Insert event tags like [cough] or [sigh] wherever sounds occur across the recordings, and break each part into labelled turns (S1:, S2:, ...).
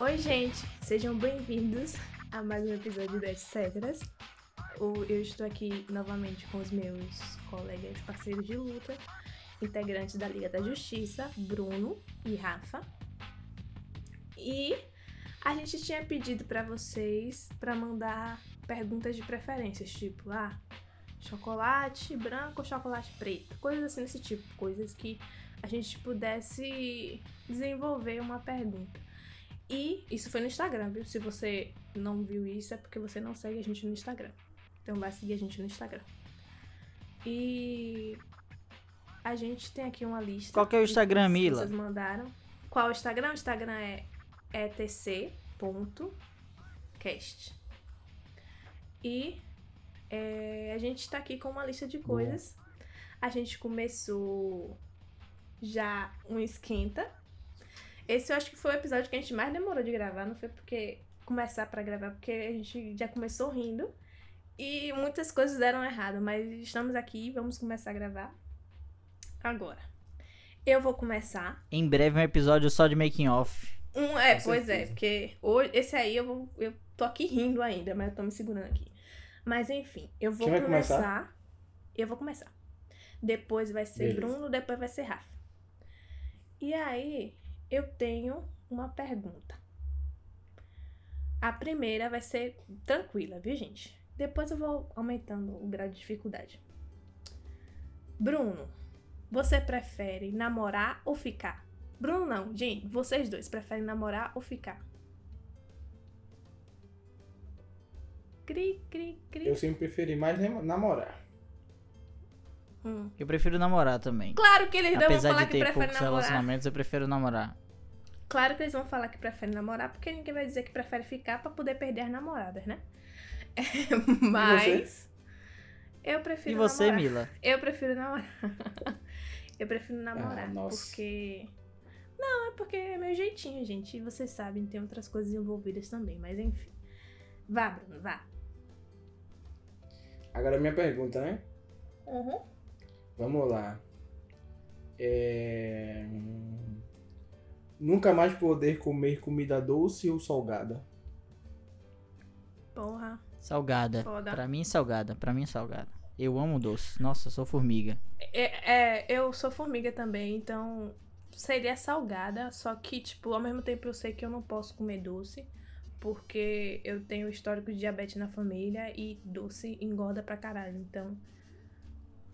S1: Oi, gente! Sejam bem-vindos a mais um episódio das Cedras. O- Eu estou aqui novamente com os meus colegas parceiros de luta, integrantes da Liga da Justiça, Bruno e Rafa. E a gente tinha pedido para vocês para mandar perguntas de preferências, tipo, ah, chocolate branco ou chocolate preto, coisas assim desse tipo, coisas que a gente pudesse desenvolver uma pergunta. E isso foi no Instagram, viu? Se você não viu isso, é porque você não segue a gente no Instagram. Então vai seguir a gente no Instagram. E a gente tem aqui uma lista.
S2: Qual que é o
S1: de
S2: Instagram,
S1: coisas que
S2: Mila?
S1: Vocês mandaram. Qual é o Instagram? O Instagram é etc.cast. E é, a gente tá aqui com uma lista de coisas. A gente começou já um esquenta. Esse eu acho que foi o episódio que a gente mais demorou de gravar, não foi porque começar pra gravar, porque a gente já começou rindo e muitas coisas deram errado, mas estamos aqui, vamos começar a gravar agora. Eu vou começar.
S2: Em breve um episódio só de making off.
S1: Um, é,
S3: Com
S1: pois é,
S3: certeza.
S1: porque hoje, esse aí eu vou, eu tô aqui rindo ainda, mas eu tô me segurando aqui. Mas enfim, eu vou
S3: Quem vai
S1: começar.
S3: começar?
S1: Eu vou começar. Depois vai ser
S3: Beleza.
S1: Bruno, depois vai ser Rafa. E aí, eu tenho uma pergunta. A primeira vai ser tranquila, viu, gente? Depois eu vou aumentando o grau de dificuldade. Bruno, você prefere namorar ou ficar? Bruno não, gente, vocês dois preferem namorar ou ficar? Cri, cri, cri.
S3: Eu sempre preferi mais nem- namorar.
S1: Hum.
S2: Eu prefiro namorar também.
S1: Claro que eles não vão
S2: Apesar
S1: falar
S2: de
S1: que
S2: ter
S1: preferem
S2: poucos
S1: namorar.
S2: relacionamentos, eu prefiro namorar.
S1: Claro que eles vão falar que preferem namorar, porque ninguém vai dizer que prefere ficar pra poder perder as namoradas, né? [laughs] Mas. Eu prefiro
S2: e você,
S1: namorar.
S2: Mila?
S1: Eu prefiro namorar. [laughs] eu prefiro namorar.
S3: Ah, nossa.
S1: Porque. Não, é porque é meu jeitinho, gente. E vocês sabem, tem outras coisas envolvidas também, mas enfim. Vá, Bruno, vá.
S3: Agora minha pergunta, né?
S1: Uhum.
S3: Vamos lá. É... hum, Nunca mais poder comer comida doce ou salgada.
S1: Porra.
S3: É
S2: Salgada.
S1: Foda.
S2: Pra mim, salgada. Pra mim, salgada. Eu amo doce. Nossa, eu sou formiga.
S1: É, é, eu sou formiga também, então seria salgada, só que, tipo, ao mesmo tempo eu sei que eu não posso comer doce, porque eu tenho histórico de diabetes na família e doce engorda pra caralho, então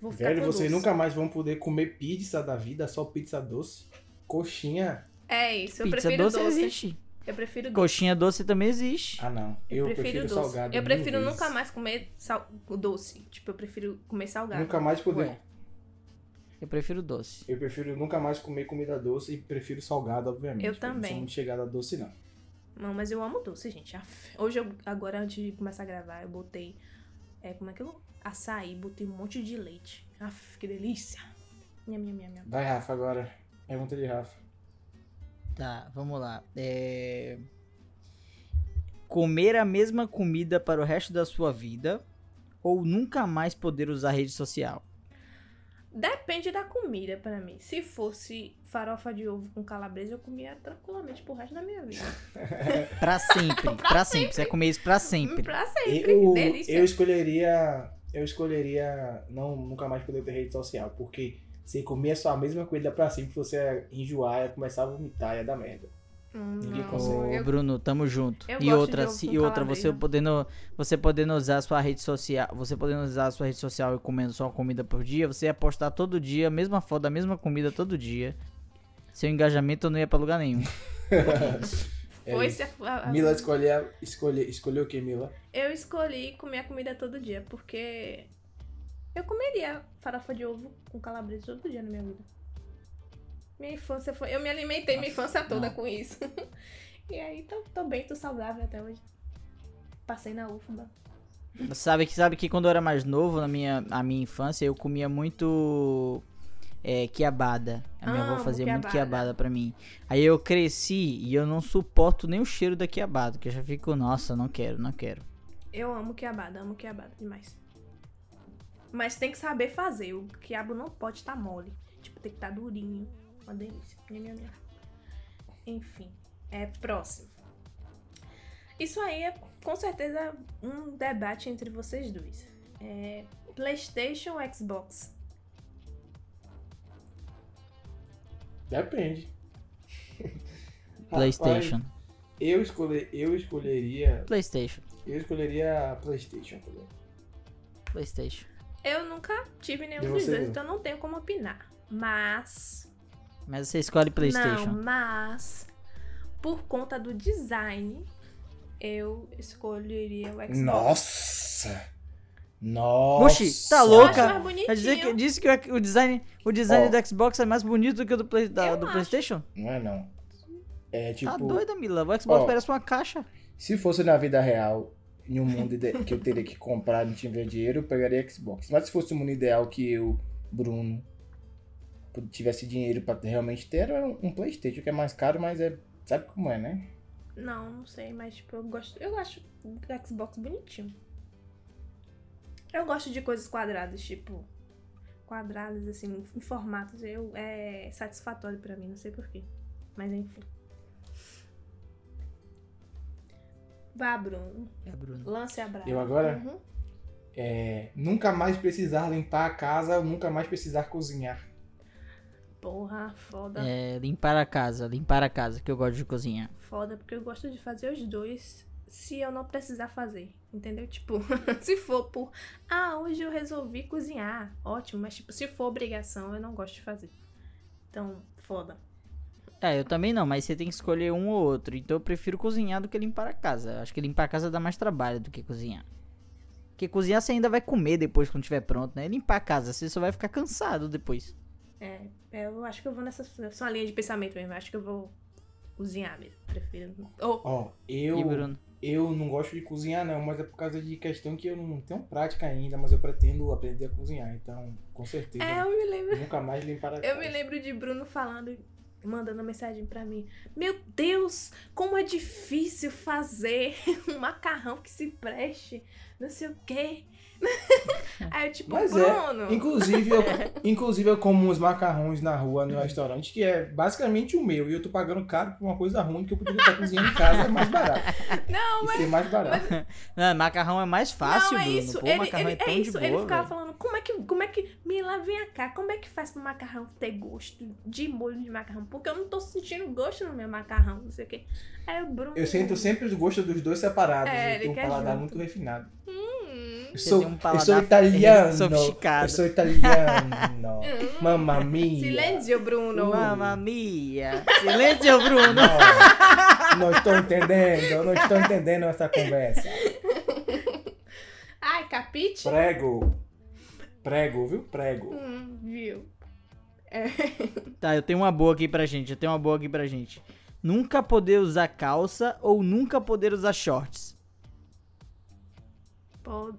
S1: vou ficar
S3: Velho,
S1: com
S3: vocês
S1: doce.
S3: nunca mais vão poder comer pizza da vida, só pizza doce. Coxinha.
S1: É isso, eu
S2: Pizza
S1: prefiro
S2: doce,
S1: doce.
S2: existe.
S1: Eu prefiro doce.
S2: Coxinha doce também existe.
S3: Ah, não. Eu, prefiro, salgada.
S1: Eu
S3: mil
S1: prefiro
S3: vezes.
S1: nunca mais comer sal... doce. Tipo, eu prefiro comer salgado.
S3: Nunca mais poder.
S2: Ué. Eu prefiro doce.
S3: Eu prefiro nunca mais comer comida doce e prefiro salgada, obviamente.
S1: Eu
S3: porque não
S1: também.
S3: sou muito chegada a doce, não.
S1: Não, mas eu amo doce, gente. Aff. Hoje, eu, agora, antes de começar a gravar, eu botei. É, como é que eu. Açaí, botei um monte de leite. Aff, que delícia. Nham, nham, nham, nham.
S3: Vai, Rafa, agora. Pergunta de Rafa.
S2: Tá, vamos lá. É... Comer a mesma comida para o resto da sua vida ou nunca mais poder usar rede social?
S1: Depende da comida pra mim. Se fosse farofa de ovo com calabresa, eu comia tranquilamente pro resto da minha vida. [laughs]
S2: Pra sempre. pra, sempre. Você vai comer isso pra sempre.
S1: Pra [laughs] sempre.
S3: Eu,
S1: delícia.
S3: eu escolheria. Eu escolheria não nunca mais poder ter rede social, porque se comer só a mesma comida pra sempre, você ia enjoar, ia começar a vomitar, ia dar merda.
S1: Hum,
S3: ninguém
S1: não,
S3: consegue.
S2: Ô,
S1: eu-
S2: Bruno, tamo junto.
S1: eu
S2: E
S1: gosto
S2: outra,
S1: de ovo
S2: se-
S1: com né?
S2: e outra você
S1: calabresa.
S2: podendo, você podendo usar a sua rede social, você podendo usar a sua rede social e comendo só uma comida por dia, você ia postar todo dia a mesma foto, da mesma comida todo dia. Seu engajamento não ia pra
S1: [laughs]
S2: lugar nenhum.
S3: É
S1: Foi-se
S3: isso.
S1: a- a-
S3: Mila escolheu, escolheu, escolheu o que, Mila?
S1: Eu escolhi comer a comida todo dia, porque eu comeria farofa de ovo com calabresa todo dia na minha vida. Minha infância foi. Eu me alimentei minha infância toda
S2: não.
S1: com isso. [laughs] e aí tô, tô bem, tô saudável até hoje. Passei na UFBA.
S2: Sabe que, sabe que quando eu era mais novo, na minha, a minha infância, eu comia muito é, quiabada. A minha
S1: Amo
S2: avó fazia muito
S1: quiabada.
S2: quiabada pra mim. Aí eu cresci e eu não suporto nem o cheiro da quiabada, que eu já fico, nossa, não quero, não quero.
S1: Eu amo quiabada, amo quiabada demais. Mas tem que saber fazer. O quiabo não pode estar mole. Tipo, tem que estar durinho. Uma delícia. Nham, nham, nham. Enfim, é próximo. Isso aí é com certeza um debate entre vocês dois. É, PlayStation ou Xbox?
S3: [laughs] Depende.
S2: PlayStation.
S3: Rapaz, eu, escolhe, eu escolheria.
S2: PlayStation.
S3: Eu escolheria a PlayStation. tá ligado?
S2: PlayStation.
S1: Eu nunca tive nenhum
S3: E
S1: dos
S3: você,
S1: dois,
S3: Lu?
S1: então não tenho como opinar. Mas.
S2: Mas você escolhe PlayStation.
S1: Não, mas. Por conta do design, eu escolheria o Xbox.
S3: Nossa! Nossa!
S2: Oxi, tá
S1: Eu acho
S2: louca.
S1: mais bonitinho.
S2: Quer dizer que disse que o- o design, o design
S3: Ó.
S2: do Xbox é mais bonito do que o do, Play- da-
S1: Eu
S2: do
S1: acho.
S2: PlayStation?
S3: Não é não. É tipo,
S2: Tá doida, Mila. O Xbox
S3: Ó.
S2: parece uma caixa.
S3: se fosse na vida real, em um mundo ide- que eu teria que comprar e não tiver dinheiro, eu pegaria Xbox. Mas se fosse um mundo ideal que eu, Bruno, tivesse dinheiro pra realmente ter, era um um Playstation, que é mais caro, mas é. Sabe como é, né?
S1: Não, não sei, mas tipo, eu gosto. Eu acho do Xbox bonitinho. Eu gosto de coisas quadradas, tipo. Quadradas, assim, em formatos. Eu, é satisfatório pra mim, não sei porquê. Mas enfim. Vá, Bruno.
S2: É, Bruno.
S1: Lance a brava.
S3: Eu agora?
S1: Uhum.
S3: É, nunca mais precisar limpar a casa, nunca mais precisar cozinhar.
S1: Porra, foda.
S2: É, limpar a casa, limpar a casa, que eu gosto de cozinhar.
S1: Foda, porque eu gosto de fazer os dois se eu não precisar fazer, entendeu? Tipo, [laughs] se for por, ah, hoje eu resolvi cozinhar, ótimo, mas tipo, se for obrigação, eu não gosto de fazer. Então, foda.
S2: É, eu também não, mas você tem que escolher um ou outro. Então eu prefiro cozinhar do que limpar a casa. Eu Acho que limpar a casa dá mais trabalho do que cozinhar. Porque cozinhar você ainda vai comer depois quando tiver pronto, né? Limpar a casa, você só vai ficar cansado depois.
S1: É, eu acho que eu vou nessa sua linha de pensamento mesmo, acho que eu vou cozinhar mesmo, prefiro. Ou,
S3: Ó,
S2: E
S3: eu.
S2: Bruno?
S3: Eu não gosto de cozinhar, não, mas é por causa de questão que eu não tenho prática ainda, mas eu pretendo aprender a cozinhar, então, com certeza.
S1: é, eu me lembro.
S3: Nunca mais limpar a
S1: Eu
S3: casa.
S1: me lembro de Bruno falando, mandando mensagem pra mim. Meu Deus, como é difícil fazer [laughs] um macarrão que se preste, não sei o
S2: [laughs]
S1: quê. Aí eu tipo,
S3: Mas é,
S1: Bruno,
S3: Inclusive, eu,
S1: É.
S3: inclusive, eu como uns macarrões na rua, no restaurante, que é basicamente o meu, e eu tô pagando caro por uma coisa ruim que eu poderia estar cozinhando em casa, é mais barato.
S1: não,
S3: E ser mais barato.
S2: Não, macarrão é mais fácil,
S1: não, é
S2: Bruno.
S1: isso.
S2: Pô,
S1: ele,
S2: macarrão
S1: ele-
S2: é tão
S1: isso,
S2: de boa,
S1: ele ficava
S2: velho.
S1: falando, como é que, como é que, Mila, vem cá, como é que faz pro macarrão ter gosto de molho de macarrão? Porque eu não tô sentindo gosto no meu macarrão, não sei o quê. Aí o Bruno...
S3: Eu sinto sempre os gostos dos dois separados,
S1: É,
S3: eu
S1: ele
S3: tenho um
S1: quer
S3: paladar
S1: junto.
S3: muito refinado.
S1: Hum,
S3: Eu
S2: Você
S3: sou,
S2: tem um
S3: eu
S2: paladar
S3: sou italiano, eu
S2: sofisticado.
S3: sou italiano,
S1: hum.
S3: mamma mia.
S1: Silêncio, Bruno.
S2: Mamma mia! Silêncio, Bruno!
S3: Não, não estou entendendo, eu não estou entendendo essa conversa.
S1: Ai, capite?
S3: Prego. Prego, viu? Prego.
S1: Hum, viu?
S2: [laughs] Tá, eu tenho uma boa aqui pra gente, eu tenho uma boa aqui pra gente. Nunca poder usar calça ou nunca poder usar shorts.
S1: Pô,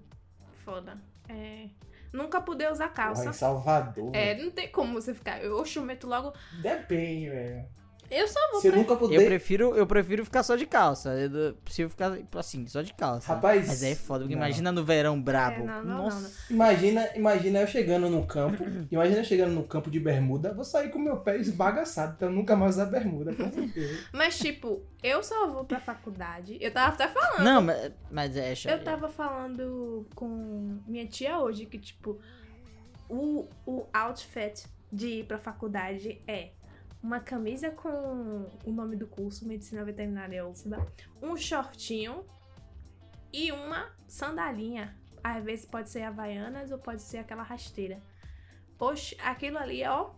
S1: foda. É. Nunca poder usar
S3: Porra,
S1: calça.
S3: em Salvador.
S1: É, não tem como você ficar. Eu chumeto logo.
S3: Depende, velho.
S1: Eu só vou
S3: Você
S1: pra.
S3: nunca
S2: Eu
S3: poder.
S2: prefiro, eu prefiro ficar só de calça. Eu prefiro ficar assim, só de calça.
S3: Rapaz,
S2: Mas aí é foda, porque
S3: não.
S2: imagina no verão brabo.
S1: É, não, não,
S2: Nossa.
S1: não,
S3: Imagina, imagina eu chegando
S2: [clears throat]
S3: no campo. Imagina eu chegando no campo de bermuda. Vou sair com meu pé esbagaçado. Então eu nunca mais usar bermuda, com certeza.
S1: Mas, tipo, eu só vou pra faculdade. Eu tava até falando.
S2: Não, mas, mas é short.
S1: Eu tava falando com minha tia hoje que, tipo, o, o outfit de ir pra faculdade é uma camisa com o nome do curso, Medicina Veterinária UFBA, um shortinho e uma sandalinha. Às vezes pode ser Havaianas ou pode ser aquela rasteira. Oxe, aquilo ali, ó.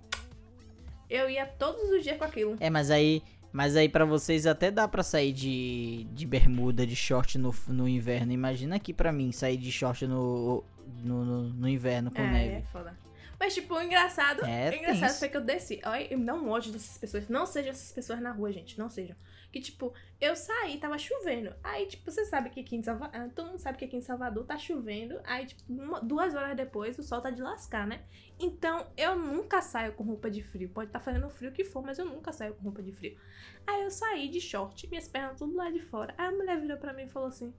S1: Eu ia todos os dias com aquilo.
S2: É, mas aí, mas aí para vocês até dá pra sair de, de bermuda, de short no, no inverno. Imagina aqui pra mim sair de short no, no, no- no inverno com
S1: é, é
S2: neve.
S1: foda. Mas, tipo, o engraçado,
S2: É,
S1: o engraçado
S2: tenso.
S1: foi que eu desci. Olha, eu não ódio dessas pessoas. Não sejam essas pessoas na rua, gente. Não sejam. Que, tipo, eu saí, tava chovendo. Aí, tipo, você sabe que aqui em Salvador. Todo mundo sabe que aqui em Salvador tá chovendo. Aí, tipo, uma- duas horas depois o sol tá de lascar, né? Então, eu nunca saio com roupa de frio. Pode estar tá fazendo frio que for, mas eu nunca saio com roupa de frio. Aí eu saí de short, minhas pernas tudo lá de fora. Aí a mulher virou pra mim e falou assim: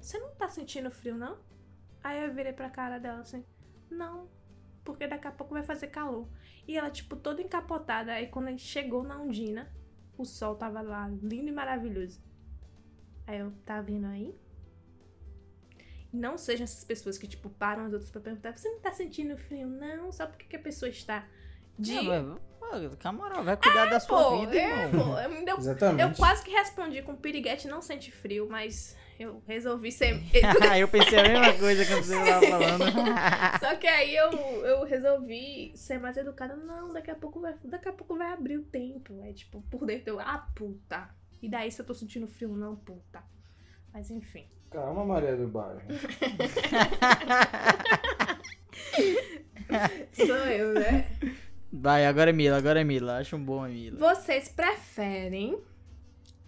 S1: Você não tá sentindo frio, não? Aí eu virei pra cara dela assim: Não, porque daqui a pouco vai fazer calor. E ela, tipo, toda encapotada. Aí quando a gente chegou na Undina, o sol tava lá, lindo e maravilhoso. Aí eu, tá vindo aí? Não sejam essas pessoas que, tipo, param as outras pra perguntar, você não tá sentindo frio? Não, só porque que a pessoa está de... Ah,
S2: Não, vai- pô, na moral, vai cuidar da sua
S1: Pô,
S2: vida,
S1: é,
S2: irmão.
S1: pô, eu me deu Eu
S3: Exatamente.
S1: quase que respondi com piriguete não sente frio, mas eu resolvi ser.
S2: [laughs] eu pensei a mesma coisa que você tava falando. [laughs]
S1: Só que aí eu, eu resolvi ser mais educada. Não, daqui a pouco vai. Daqui a pouco vai abrir o tempo. É tipo, por dentro eu, ah, puta. E daí se eu tô sentindo frio, não, puta. Mas enfim.
S3: Calma, Maria do Bairro.
S1: Sou eu, né?
S2: Vai, agora é Mila, agora é Mila. Acho um bom é
S1: [laughs]
S2: Mila.
S1: Vocês preferem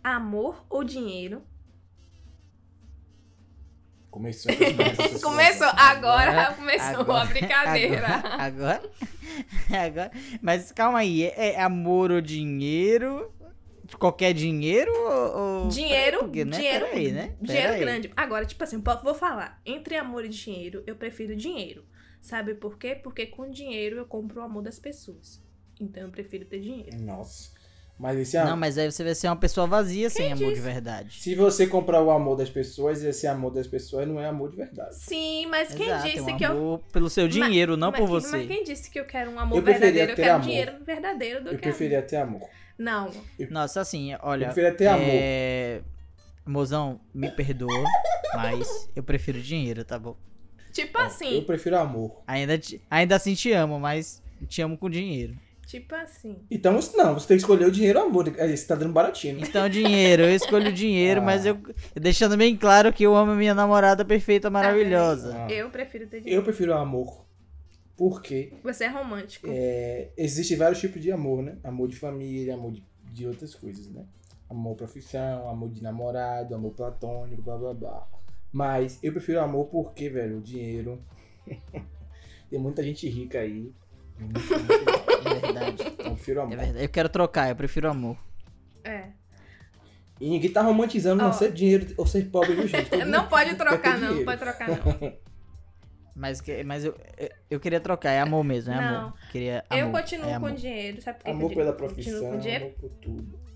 S1: amor ou dinheiro?
S2: [laughs]
S3: Começou. essa
S1: Começou
S3: situação.
S1: agora, [laughs] começou a é brincadeira.
S2: Agora, agora, agora. Mas calma aí, é, é amor ou dinheiro? Qualquer dinheiro ou. ou-
S1: Dinheiro,
S2: Porque, né?
S1: dinheiro,
S2: Peraí, né?
S1: dinheiro
S2: Peraí.
S1: grande. Agora, tipo assim, po- vou falar, entre amor e dinheiro, eu prefiro dinheiro. Sabe por quê? Porque com dinheiro eu compro o amor das pessoas. Então eu prefiro ter dinheiro.
S3: Nossa. Mas esse
S2: Não,
S3: amor.
S2: mas aí você vai ser uma pessoa vazia sem amor de
S1: disse?
S2: verdade.
S3: Se você comprar o amor das pessoas, esse amor das pessoas não é amor de verdade.
S1: Sim, mas quem
S2: Exato, é
S1: disse
S2: um
S1: que eu
S2: amor pelo seu dinheiro, não
S1: mas
S2: por
S1: quem-
S2: você.
S1: Mas quem disse que eu quero um amor
S3: Eu preferia
S1: verdadeiro? Eu
S3: ter
S1: quero
S3: amor.
S1: dinheiro verdadeiro do
S3: Eu
S1: que
S3: preferia ter amor.
S1: Não.
S2: Nossa, assim,
S3: Eu
S2: olha.
S3: preferia ter amor.
S2: é, Mozão, me perdoa, mas eu prefiro dinheiro, tá bom?
S1: Tipo
S3: Eu
S1: assim,
S3: prefiro amor.
S2: Ainda, te- ainda assim te amo, mas te amo com dinheiro.
S1: tipo assim.
S3: Então, não, você tem que escolher o dinheiro ou o amor. Aí Você tá dando baratinho.
S2: Então, dinheiro, eu escolho o dinheiro,
S3: Ah.
S2: mas eu. Deixando bem claro que eu amo minha namorada perfeita, maravilhosa.
S3: Ah.
S1: Eu prefiro ter
S3: Eu
S1: dinheiro.
S3: prefiro amor. Porque
S1: Você é romântico.
S3: é, existe vários tipos de amor, né? Amor de família, amor de, de outras coisas, né? Amor profissão, amor de namorado, amor platônico, blá blá blá. Mas eu prefiro amor porque, velho, o dinheiro. [laughs] tem muita gente rica aí. Muito, muito rica.
S2: É verdade.
S3: Então, eu prefiro
S2: É
S3: amor.
S2: verdade. Eu quero trocar, eu prefiro amor.
S1: É.
S3: E ninguém tá romantizando não
S1: Ó.
S3: ser dinheiro ou ser pobre,
S1: [laughs]
S3: viu, gente? Todo
S1: Não
S3: mundo
S1: pode
S3: quer ter
S1: trocar, não.
S3: dinheiro.
S1: Pode trocar,
S2: [laughs]
S1: não.
S2: Mas, que- mas eu, eu- eu queria trocar, é amor mesmo, é
S1: Não.
S2: amor. Queria amor.
S1: Eu continuo
S2: é
S1: com
S2: amor.
S1: dinheiro. Sabe por que que
S3: Amor
S1: eu
S3: pela
S1: continuo
S3: profissão,
S1: com dinheiro?
S3: amor por tudo.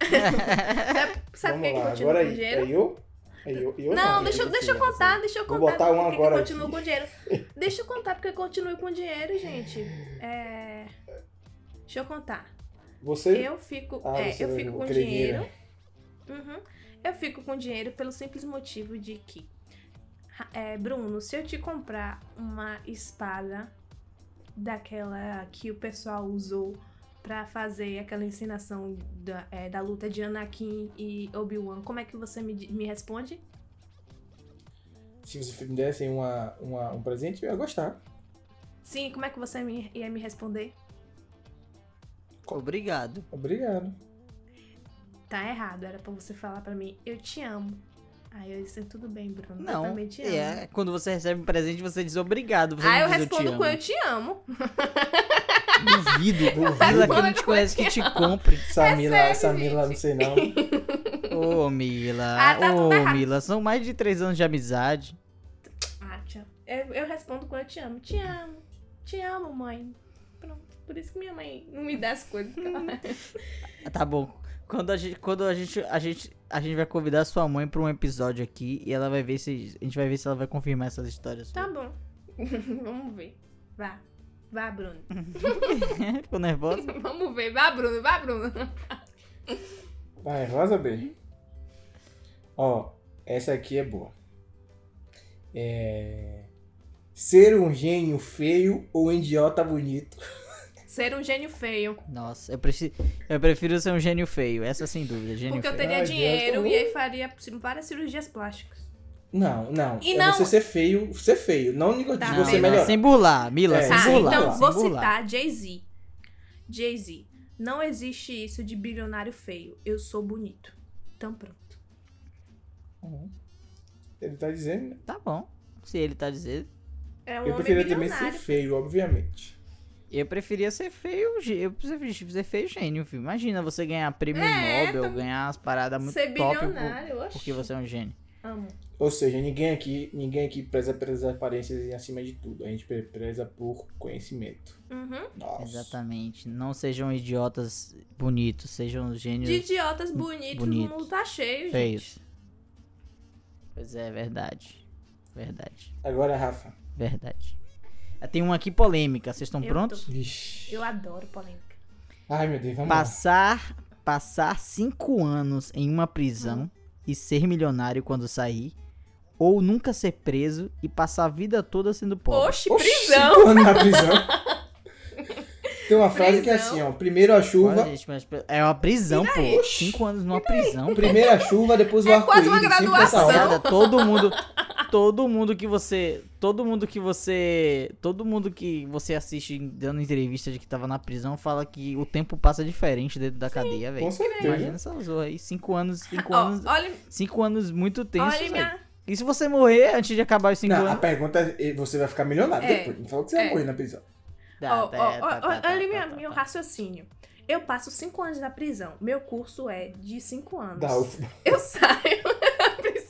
S1: Sabe, sabe por
S3: Vamos
S1: que que eu
S3: lá,
S1: continuo
S3: agora
S1: com
S3: aí.
S1: dinheiro?
S3: É eu? É eu? eu
S1: não,
S3: eu
S1: deixa, eu-
S3: vou
S1: deixa eu
S3: fazer.
S1: contar, deixa eu
S3: assim, Vou
S1: contar.
S3: botar um
S1: por que que
S3: agora
S1: eu continuo
S3: aqui.
S1: com dinheiro.
S3: [laughs]
S1: Deixa eu contar porque eu continuo com dinheiro, gente. É... Deixa eu contar.
S3: Você.
S1: Eu fico,
S3: Ah,
S1: é,
S3: você
S1: eu fico com
S3: gregueira.
S1: dinheiro. Uhum. Eu fico com dinheiro pelo simples motivo de que, ra- é, Bruno, se eu te comprar uma espada daquela que o pessoal usou pra fazer aquela ensinação da, é, da luta de Anakin e Obi-Wan, como é que você me, di- me responde?
S3: Se você me dessem uma, uma- um presente, eu ia gostar.
S1: Sim, como é que você me- ia me responder?
S2: Obrigado.
S1: [laughs]
S3: Obrigado.
S1: Tá errado, era pra você falar pra mim, eu te amo. Aí eu disse, tudo bem, Bruno, eu
S2: Não.
S1: também te amo.
S2: É, quando você recebe um presente, você diz obrigado. Você
S1: Aí
S2: não
S1: eu
S2: diz, te
S1: respondo
S2: amo.
S1: com
S2: [laughs]
S1: eu te amo.
S2: Duvido.
S1: [laughs]
S2: Duvido que não te conhece que te compre.
S3: Samila,
S1: É sério,
S3: Samila, não
S1: gente.
S3: sei não.
S2: Ô, Mila.
S1: Ah, tá
S2: Ô,
S1: tudo errado.
S2: Mila. São mais de três anos de amizade.
S1: Ah, te amo. Eu, eu respondo com eu te amo. Te amo. Te amo, mãe. Pronto. Por isso que minha mãe não me dá as coisas. que
S2: [laughs]
S1: ela-
S2: Ah, Tá bom. Quando a gente, quando a gente, a gente, a gente vai convidar sua mãe pra um episódio aqui e ela vai ver se a gente vai ver se ela vai confirmar essas histórias. [laughs]
S1: tá bom. [laughs] Vamos ver. Vá. Vá,
S2: [laughs]
S1: Bruno.
S2: Ficou nervosa?
S1: Vamos ver. Vá, Bruno. Vá, Bruno.
S3: Vai, vaza bem. Ó, essa aqui é boa. É... Ser um gênio feio ou um idiota bonito?
S1: Ser um gênio feio.
S2: Nossa, eu preciso, eu prefiro ser um gênio feio. Essa sem dúvida, gênio
S1: porque eu
S2: feio. Uh!
S1: teria
S3: Ai, Deus,
S1: dinheiro
S3: tá
S1: e aí faria ci- várias cirurgias plásticas.
S3: Não, não.
S1: E
S3: é
S1: não-
S3: você ser feio, ser feio. Não digo
S1: Tá.
S3: de
S2: Não,
S3: você
S2: não,
S3: melhor.
S2: sem burlar, Mila,
S3: É,
S2: sem
S1: Tá,
S2: burlar.
S1: então
S2: sem
S1: vou
S2: burlar.
S1: citar Jay-Z. Jay-Z. Não existe isso de bilionário feio. Eu sou bonito. Então pronto.
S3: Ele tá dizendo, né?
S2: Tá bom. Se ele tá dizendo.
S1: É um homem
S3: Eu preferia também ser
S1: bilionário.
S3: feio, obviamente.
S2: Eu preferia ser feio, gê- eu preferia ser feio gênio, filho. Imagina você ganhar prêmio
S1: É,
S2: Nobel, ganhar umas paradas Tá muito
S1: Ser
S2: top por-
S1: bilionário, oxe.
S2: porque você é um gênio.
S1: Amo.
S3: Ou seja, ninguém aqui, ninguém aqui preza pelas aparências e acima de tudo. A gente pre- preza por conhecimento.
S1: Uhum.
S3: Nossa.
S2: Exatamente. Não sejam idiotas bonitos, sejam gênios
S1: De idiotas bonitos,
S2: Bonito.
S1: o mundo tá cheio,
S2: feios.
S1: gente.
S2: Pois é, verdade. Verdade.
S3: Agora, Rafa.
S2: Verdade. Ah, Tem uma aqui polêmica. Vocês estão
S1: Eu
S2: prontos?
S3: Vixe.
S1: Eu adoro polêmica.
S3: Ai, meu Deus, vamos lá.
S2: Passar passar cinco anos em uma prisão
S1: Hum.
S2: e ser milionário quando sair, ou nunca ser preso e passar a vida toda sendo pobre.
S1: Oxe,
S3: Oxi,
S1: prisão!
S3: [laughs] cinco anos na prisão. Tem uma frase que é
S1: Prisão.
S3: assim, ó. Primeiro a
S2: Olha,
S3: chuva,
S2: gente, mas é uma prisão, pô. Cinco anos numa prisão.
S3: primeiro a chuva, depois o
S1: É
S3: arco-íris.
S1: quase uma
S3: sempre
S1: graduação.
S3: essa
S2: Nada, todo mundo, todo mundo que você, todo mundo que você, todo mundo que você assiste dando entrevista de que tava na prisão fala que o tempo passa diferente dentro da cadeia,
S3: Com
S2: velho. Imagina
S3: certeza.
S2: essa zorra aí, cinco anos, cinco
S1: Ó,
S2: anos,
S1: olha,
S2: cinco anos muito tenso,
S1: olha
S2: velho.
S1: minha.
S2: E se você morrer antes de acabar os cinco
S3: Não, a
S2: anos?
S3: pergunta é, você vai ficar milionário
S1: É.
S3: depois. Não falou que você vai
S1: É.
S3: morrer na prisão.
S2: Tá,
S1: ó,
S2: tá,
S1: ó,
S2: tá,
S1: ó,
S2: tá,
S1: olha
S2: tá,
S1: minha-
S2: tá, tá,
S1: meu
S2: tá.
S1: raciocínio. Eu passo cinco anos na prisão. Meu curso é de cinco anos.
S3: Da UFBA.
S1: Eu [laughs] saio.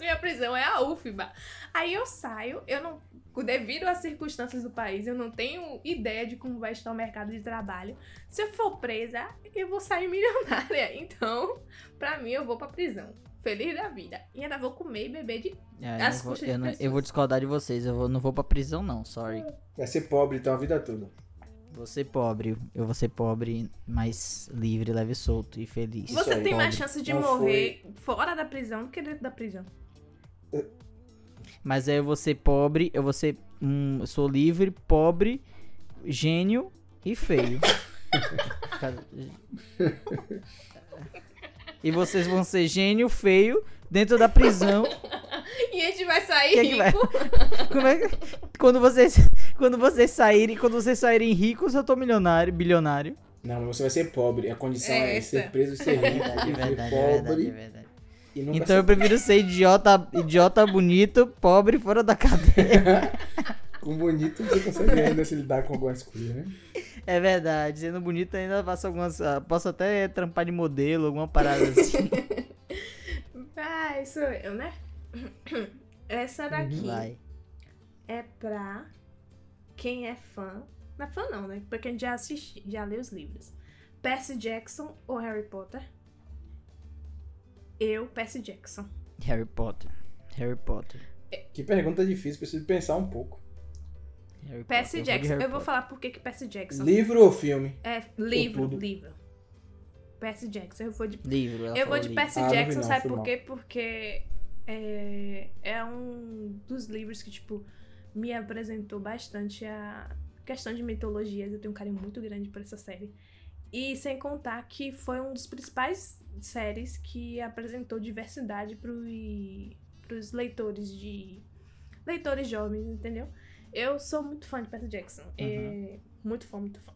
S1: minha prisão é a UFBA. Aí eu saio, eu não. Devido às circunstâncias do país, eu não tenho ideia de como vai estar o mercado de trabalho. Se eu for presa, eu vou sair milionária. [laughs] Então, pra mim, eu vou pra prisão. Feliz da vida. E ainda vou comer e beber de.
S2: É, eu
S1: As
S2: não vou-
S1: custas
S2: eu,
S1: de
S2: não- eu
S1: pessoas.
S2: vou discordar de vocês, eu vou- não vou pra prisão não, sorry.
S3: Vai ser pobre então a vida toda.
S2: Vou ser pobre, eu vou ser pobre, mas livre, leve, solto e feliz.
S1: Você
S3: aí,
S1: tem mais
S3: pobre.
S1: chance de
S3: Não
S1: morrer fora da prisão do que dentro da
S2: [laughs]
S1: prisão.
S2: Mas aí eu vou ser pobre, eu vou ser. Hum, eu sou livre, pobre, gênio e feio. [laughs] e vocês vão ser gênio, feio, dentro da prisão.
S1: E a gente vai sair
S2: Quem é que vai?
S1: rico.
S2: Como é que- Quando vocês. Quando vocês saírem. Quando vocês saírem ricos, eu tô milionário, bilionário.
S3: Não, mas você vai ser pobre. A condição
S1: É
S3: é,
S1: essa.
S3: ser preso e ser rico. e ser pobre
S2: é verdade.
S3: e nunca
S2: Então eu prefiro ser idiota, idiota bonito, pobre fora da cadeia.
S3: ser... Com bonito você consegue ainda se lidar com algumas coisas, né?
S2: É verdade, sendo bonito ainda faço algumas. ah, Posso até trampar de modelo, alguma parada assim. [laughs]
S1: Ah, isso eu, né? [clears throat] Essa daqui
S2: Vai.
S1: é pra quem é fã. Não é fã não, né? Pra quem já assisti, já leu os livros. Percy Jackson ou Harry Potter? Eu, Percy Jackson.
S2: Harry Potter. Harry Potter.
S3: Que pergunta difícil, preciso pensar um pouco.
S2: Harry
S1: Percy
S2: Potter.
S1: Jackson.
S2: de
S1: Eu vou
S2: Harry
S1: falar por que que Percy Jackson.
S3: Livro ou filme?
S1: é, livro,
S3: tudo.
S1: livro. Percy Jackson. Eu vou de
S2: Potter. Livro. ela
S1: Eu vou
S2: falou
S1: de
S2: livro.
S1: Percy
S3: Ah, não vi
S1: Jackson,
S3: não,
S1: sabe
S3: foi
S1: por
S3: mal.
S1: quê? Porque é, é um dos livros que, tipo, me apresentou bastante a questão de mitologias. Eu tenho um carinho muito grande por essa série. E sem contar que foi um dos principais séries que apresentou diversidade para os leitores de. leitores jovens, entendeu? Eu sou muito fã de Percy Jackson. É, muito fã, muito fã.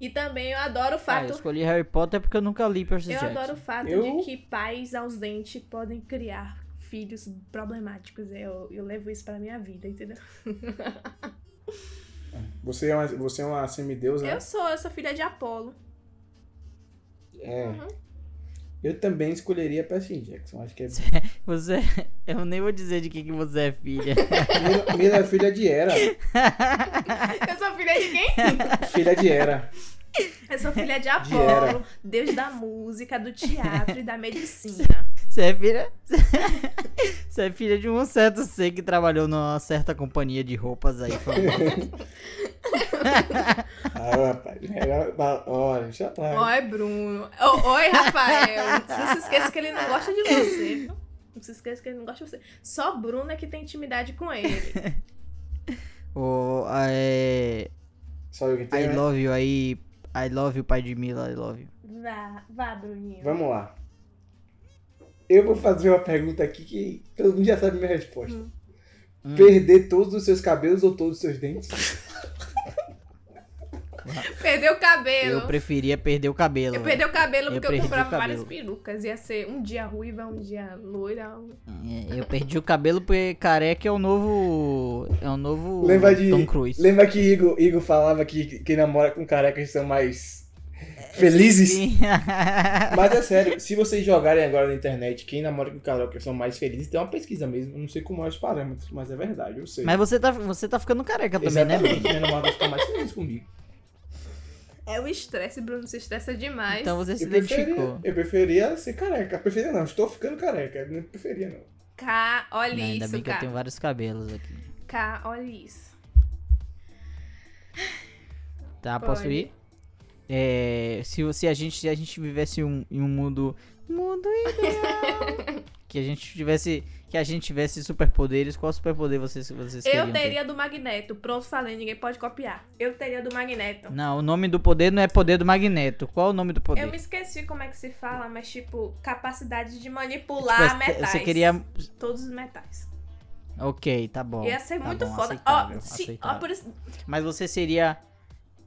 S1: E também eu adoro o
S2: Ah, eu
S1: fato
S2: escolhi Harry Potter porque eu nunca li Percy
S1: eu
S2: Jackson.
S1: adoro o fato
S3: Eu-
S1: de que pais ausentes podem criar filhos problemáticos. Eu, eu levo isso pra minha vida, entendeu?
S3: Você é uma, você é uma semideusa? né?
S1: Eu sou, eu sou filha de Apolo. [laughs]
S3: É.
S1: Uhum.
S3: Eu também escolheria Percy Jackson. Acho que é.
S2: Você. [laughs] Eu nem vou dizer de que, que você é filha. [laughs]
S3: Mila, Mila é filha de Era.
S1: Eu sou filha de quem?
S3: Filha de Era.
S1: Eu sou filha de
S3: Era.
S1: Apolo, deus da música, do teatro e da
S3: [laughs]
S1: medicina.
S2: Você é filha. [laughs] Você é filha de um certo C que trabalhou numa certa companhia de roupas aí. [laughs] famosa.
S3: Ah, rapaz. Era- Olha, deixa eu falar.
S1: Oi, Bruno. O- Oi, Rafael. Não se esqueça que ele não gosta de você. Não se esqueça que ele não gosta de você. Só Bruno é que tem intimidade com
S3: [laughs]
S1: ele.
S2: O. É...
S3: Só eu que
S2: I
S3: tenho. né?
S2: love you aí. I love you, pai de Mila, I love you.
S1: Vá, vá, Bruninho.
S3: Vamos lá. Eu vou fazer uma pergunta aqui que todo mundo já sabe minha resposta.
S2: Hum.
S3: Perder todos os seus cabelos ou todos os seus dentes?
S1: Perdeu o cabelo.
S2: Eu preferia perder o cabelo.
S1: Eu
S2: velho.
S1: perdi o cabelo
S2: Eu
S1: porque eu
S2: perdi o
S1: comprava várias
S2: cabelo.
S1: perucas. Ia ser um dia ruiva, um dia loira. um-
S2: É, Eu perdi o cabelo porque careca é o novo. É o novo
S3: Lembra de-
S2: Tom Cruise.
S3: Lembra que Igor, Igor falava que quem namora com carecas são mais felizes?
S2: É, Sim. [laughs]
S3: Mas é sério, se vocês jogarem agora na internet quem namora com carecas são mais felizes, tem uma pesquisa mesmo. Eu não sei como é os parâmetros, mas é verdade, eu sei.
S2: Mas você tá, você tá ficando careca também, né?
S3: Exatamente, minha namorada fica mais feliz comigo.
S1: É o estresse, Bruno se estressa demais.
S2: Então você se
S3: Eu preferia,
S2: identificou.
S3: eu preferia ser careca. Preferia não, estou ficando careca. Não preferia não.
S1: Cá, olha
S2: Né, Ainda
S1: isso,
S2: bem que
S1: cá.
S2: eu tenho vários cabelos aqui.
S1: Cá, olha isso.
S2: Tá, posso
S1: Pode.
S2: ir? É, se, você- a gente, se a gente vivesse um- em um mundo. Mundo
S1: [laughs]
S2: ideal. que a gente tivesse. Que a gente tivesse superpoderes, qual superpoder vocês, vocês queriam
S1: Eu
S2: ter?
S1: teria do Magneto. Pronto, falei, ninguém pode copiar. Eu teria do Magneto.
S2: Não, o nome do poder não é poder do magneto. Qual é o nome do poder?
S1: Eu me esqueci como é que se fala, mas tipo, capacidade de manipular
S2: Tipo, você-
S1: metais.
S2: Você queria.
S1: Todos os metais.
S2: Ok, tá bom.
S1: Ia ser
S2: tá
S1: muito
S2: bom,
S1: foda.
S2: aceitável,
S1: Ó, se, ó,
S2: aceitável.
S1: por isso.
S2: Mas você seria.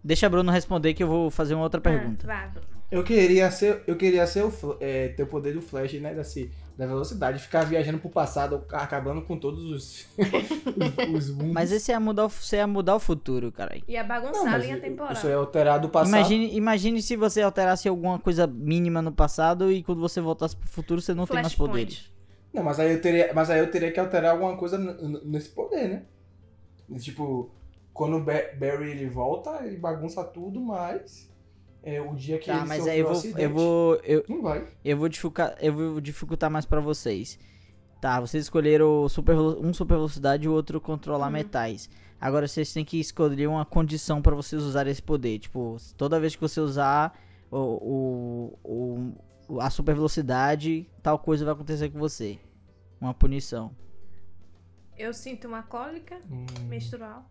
S2: Deixa a Bruno responder que eu vou fazer uma outra pergunta.
S1: Ah, vá.
S3: Eu queria ser, eu queria ser o, Fl- é, ter o poder do Flash, né? Da, se- da velocidade, ficar viajando pro passado, ca- acabando com todos os, [laughs] os, os mundos.
S2: Mas esse é mudar, o- você ia mudar o futuro, caralho.
S1: Ia bagunçar
S3: Não,
S1: a
S3: mas
S1: linha
S3: eu-
S1: temporal.
S3: Eu sou alterado o passado.
S2: Imagine, imagine se você alterasse alguma coisa mínima no passado e quando você voltasse pro futuro você não tem mais
S1: Flashpoint.
S2: poderes.
S3: Não, mas aí eu teria, mas aí eu teria que alterar alguma coisa n- n- nesse poder, né? Tipo, quando o Ba- Barry ele volta, ele bagunça tudo, mas é, o dia que
S2: Tá,
S3: ele
S2: mas
S3: sofreu
S2: aí eu
S3: o
S2: vou,
S3: acidente,
S2: eu vou, eu,
S3: não vai.
S2: eu vou dificultar, eu vou dificultar mais pra vocês. Tá, vocês escolheram o super, velo- um super velocidade e o outro controlar
S1: Uhum.
S2: metais. Agora vocês têm que escolher uma condição pra vocês usarem esse poder. Tipo, toda vez que você usar o, o, o- a super velocidade, tal coisa vai acontecer com você. Uma punição.
S1: Eu sinto uma cólica
S3: Hum,
S1: menstrual.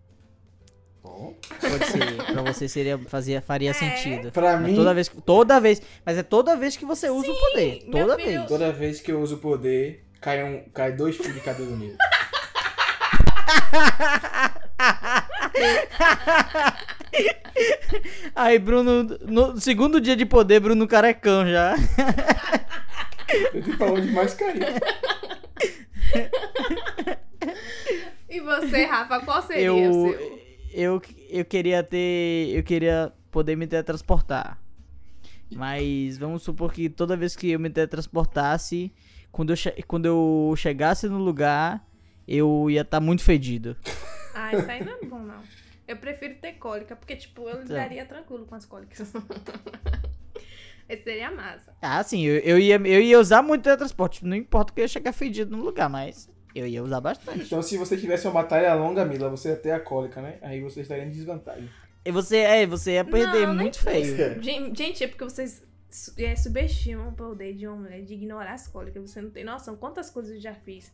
S3: bom.
S2: Pode ser.
S1: [laughs]
S2: pra você seria, fazia,
S1: É.
S2: faria sentido.
S3: Pra
S2: Mas
S3: mim,
S2: Toda vez, que- toda vez, mas é toda vez que você usa o poder.
S1: meu
S2: Toda
S1: filho-
S2: vez.
S3: toda vez que eu uso o poder, cai, um, cai dois fios de cabelo nele.
S2: Aí, Bruno, no segundo dia de poder, Bruno carecão já.
S3: Eu tenho pra onde mais cair.
S1: E você, Rafa, qual seria
S2: eu,
S1: o seu?
S2: eu eu queria ter, eu queria poder me teletransportar. Mas vamos supor que toda vez que eu me teletransportasse, quando eu, che- quando eu chegasse no lugar, eu ia estar muito fedido.
S1: Ah, isso aí não é bom, não. Eu prefiro ter cólica, porque, tipo, eu lidaria tranquilo com as cólicas. [laughs] Esse seria massa.
S2: Ah, sim, eu, eu ia, eu ia usar muito teletransporte. Não importa que eu ia chegar fedido no lugar, mas eu ia usar bastante.
S3: Então, se você tivesse uma batalha longa, Mila, você ia ter a cólica, né? Aí você estaria em desvantagem.
S2: E você, é, você ia perder
S1: Não, nem
S2: muito feio.
S3: É.
S1: Gen- Gente, é porque vocês su- é, subestimam o poder de uma mulher de ignorar as cólicas. Você não tem noção quantas coisas eu já fiz.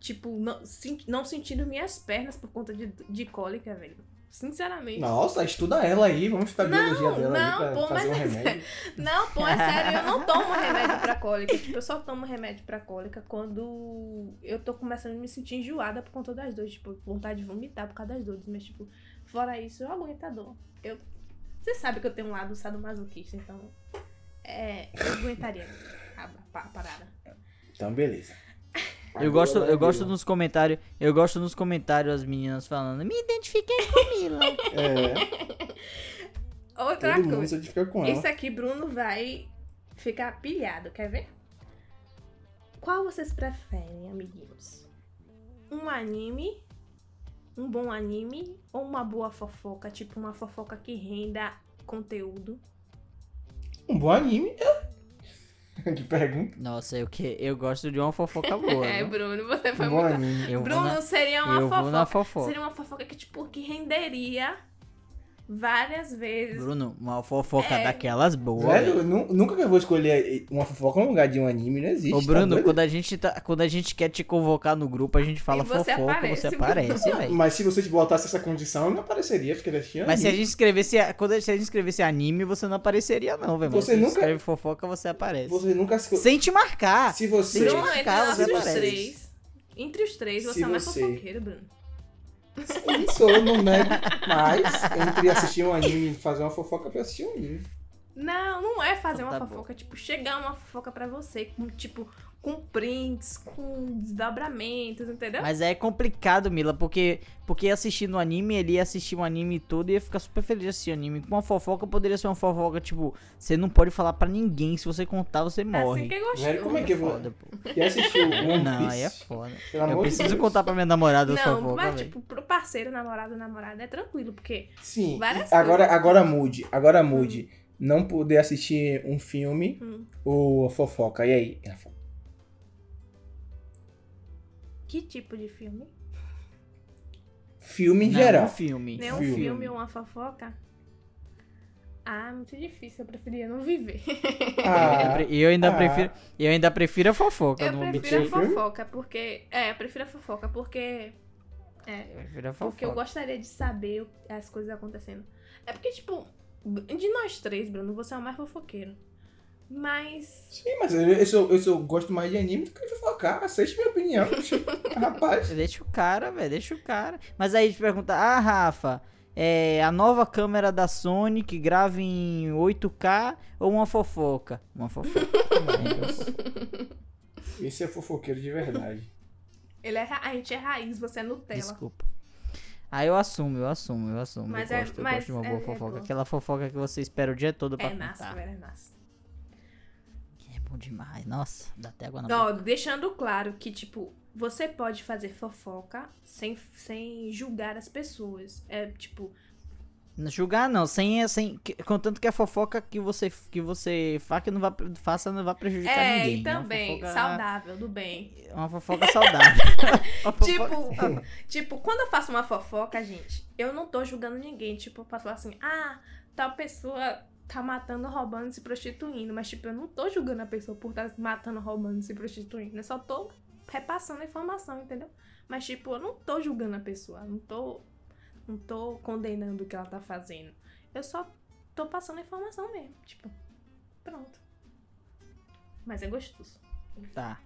S1: Tipo, não, sen- não sentindo minhas pernas por conta de, de cólica, velho. Sinceramente.
S3: Nossa, estuda ela aí, vamos estudar a
S1: Não,
S3: biologia dela
S1: não,
S3: aí pra
S1: pô,
S3: fazer um
S1: mas- é
S3: remédio.
S1: Não, pô, é sério, eu não tomo remédio pra cólica. Tipo, eu só tomo remédio pra cólica quando eu tô começando a me sentir enjoada por conta das dores. Tipo, vontade de vomitar por causa das dores. Mas, tipo, fora isso, eu aguento a dor. Eu... Você sabe que eu tenho um lado sadomasoquista, então. É. Eu aguentaria a, a parada.
S3: Então, beleza.
S2: Eu gosto,
S1: né,
S3: Agora,
S2: eu gosto
S3: Mila.
S2: nos comentários, eu gosto nos comentários as meninas falando, me identifiquei com Mila.
S1: [laughs]
S3: É.
S1: Outra
S3: Todo mundo
S1: coisa.
S3: se identifica com ela.
S1: Isso aqui, Bruno vai ficar pilhado, quer ver? Qual vocês preferem, amiguinhos? Um anime, um bom anime ou uma boa fofoca, tipo uma fofoca que renda conteúdo? é-
S3: Um bom anime. [laughs] que pergunta.
S2: Nossa, eu que eu gosto de
S1: [laughs]
S2: uma fofoca boa.
S1: é,
S2: né?
S1: Bruno, você foi
S3: Um bom
S1: muito.
S3: anime.
S2: Eu
S1: Bruno,
S2: vou
S1: seria
S2: na,
S1: uma
S2: eu
S1: fofoca.
S2: vou na fofoca.
S1: Seria uma fofoca que, tipo, que renderia várias vezes.
S2: Bruno, uma fofoca
S1: É.
S2: daquelas boas.
S3: Velho, eu nu- nunca que eu vou escolher uma fofoca no lugar de um anime, não existe.
S2: Ô
S3: tá
S2: Bruno,
S3: doido?
S2: quando a gente tá, quando a gente quer te convocar no grupo, a gente fala
S1: E você
S2: fofoca,
S1: aparece,
S2: você
S1: Bruno.
S2: aparece, velho.
S3: Mas se você botasse essa condição, eu não apareceria, porque ele tinha
S2: Mas se a
S3: anime.
S2: gente escrevesse, quando a se a gente escrevesse anime, você não apareceria não, velho. mas se
S3: Você
S2: a gente
S3: nunca-
S2: escreve fofoca, você aparece.
S3: Você nunca... se-
S2: Sem te marcar.
S3: Se você...
S1: Bruno,
S2: Sim.
S1: entre
S2: Cara,
S1: nós
S2: você né,
S1: os
S2: aparece.
S1: três. Entre os três, você
S3: Se
S1: é o mais
S3: você-
S1: fofoqueiro, Bruno.
S3: Eu sou, não nego. Mas, entre assistir um anime e fazer uma fofoca, eu assistir um anime.
S1: Não, não é fazer
S2: Então
S1: uma
S2: tá bom.
S1: fofoca. é, Tipo, chegar uma fofoca pra você, com, tipo, com prints, com desdobramentos, entendeu?
S2: Mas é complicado, Mila, porque, porque assistindo anime, ele ia assistir um anime todo e ia ficar super feliz assistindo anime. Com uma fofoca, poderia ser uma fofoca, tipo, você não pode falar pra ninguém, se você contar,
S1: É
S2: você
S1: assim
S2: morre.
S1: que é gostoso.
S3: Velho, como é que eu vou...
S2: foda, pô.
S3: E assistir o One
S2: Não, aí é
S3: Piece?
S2: foda. Eu
S3: Pelo amor de
S2: preciso
S3: Deus.
S2: contar pra minha namorada essa
S1: Não,
S2: fofoca,
S1: mas,
S2: velho.
S1: tipo, pro parceiro, namorado, namorada, é tranquilo, porque
S3: Sim.
S1: várias
S3: Agora, agora mude. Agora mude. Não poder assistir um filme
S1: Hum.
S3: ou a fofoca. E aí, Rafa?
S1: Que tipo de filme?
S3: Filme em
S2: Não, [laughs]
S3: geral.
S2: Um filme.
S1: Nenhum
S3: Filme.
S1: filme ou uma fofoca? Ah, muito difícil. Eu preferia não viver.
S3: Ah,
S2: E eu ainda
S3: Ah.
S2: prefiro, eu ainda prefiro a fofoca,
S1: Eu
S2: não vou
S1: prefiro a
S2: mentir.
S3: Mentira.
S1: fofoca, porque. É, eu prefiro a fofoca, porque.
S2: Eu prefiro a
S1: Porque eu
S2: fofoca.
S1: gostaria de saber o- as coisas acontecendo. É porque, tipo, de nós três, Bruno, você é o mais fofoqueiro. Mas.
S3: sim, mas eu, eu, sou- eu sou- gosto mais de anime do que de focar. Aceite minha
S1: [laughs]
S3: opinião. Rapaz.
S2: Deixa o cara, velho, deixa o cara. Mas aí te pergunta, ah, Rafa, é a nova câmera da Sony que grava em 8K ou uma fofoca? Uma
S1: [laughs]
S2: fofoca.
S3: Esse é fofoqueiro de verdade.
S1: Ele é, ra- a gente é raiz, você é Nutella.
S2: Desculpa. Aí eu assumo, eu assumo, eu assumo.
S1: Mas
S2: eu
S1: é-
S2: gosto, eu
S1: mas
S2: gosto de uma
S1: é-
S2: boa
S1: é
S2: fofoca.
S1: bom.
S2: Aquela fofoca que você espera o dia todo pra
S1: É massa,
S2: contar.
S1: velho, é massa.
S2: É bom demais. Nossa, dá até água na boca.
S1: Ó, deixando claro que, tipo, você pode fazer fofoca sem, sem julgar as pessoas. É, tipo,
S2: Não julgar não, sem, sem que- contanto que a fofoca que você que você fa- que não vá, faça não vá prejudicar
S1: é,
S2: ninguém.
S1: e
S2: né? Uma
S1: também,
S2: fofoca- é
S1: saudável, do bem.
S2: Uma fofoca saudável. [laughs] Uma fofoca-
S1: Tipo, tipo, quando eu faço uma fofoca, gente, eu não tô julgando ninguém. Tipo, eu posso falar assim, ah, tal pessoa tá matando, roubando, se prostituindo. Mas, tipo, eu não tô julgando a pessoa por estar matando, roubando, se prostituindo. Eu só tô repassando a informação, entendeu? Mas, tipo, eu não tô julgando a pessoa. Não tô, não tô condenando o que ela tá fazendo. Eu só tô passando a informação mesmo. Tipo, pronto. Mas é gostoso.
S2: Tá.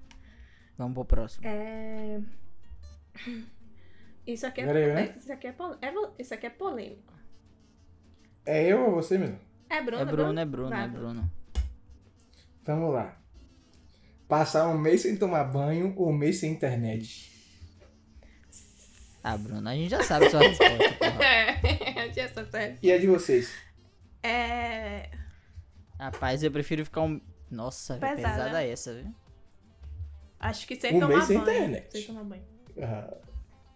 S2: Vamos pro próximo.
S1: É... Isso aqui é,
S3: Era eu, né?
S1: isso aqui é, pol- é vo- isso aqui é polêmico.
S3: É eu ou você mesmo?
S1: É Bruno,
S2: É Bruno, é Bruno,
S1: Vai,
S2: é Bruno.
S3: Vamos lá. Passar um mês sem tomar banho ou um mês sem internet.
S2: Ah, Bruno, a gente já sabe sua resposta,
S1: [laughs]
S2: porra.
S1: [laughs] É, tinha essa série.
S3: E a de vocês?
S1: É,
S2: Rapaz, eu prefiro ficar um. Nossa, pesada,
S1: Pesada.
S2: pesada essa, viu?
S1: acho que sem
S3: Um
S1: tomar
S3: mês sem
S1: banho.
S3: internet.
S1: Sem tomar banho.
S3: Ah,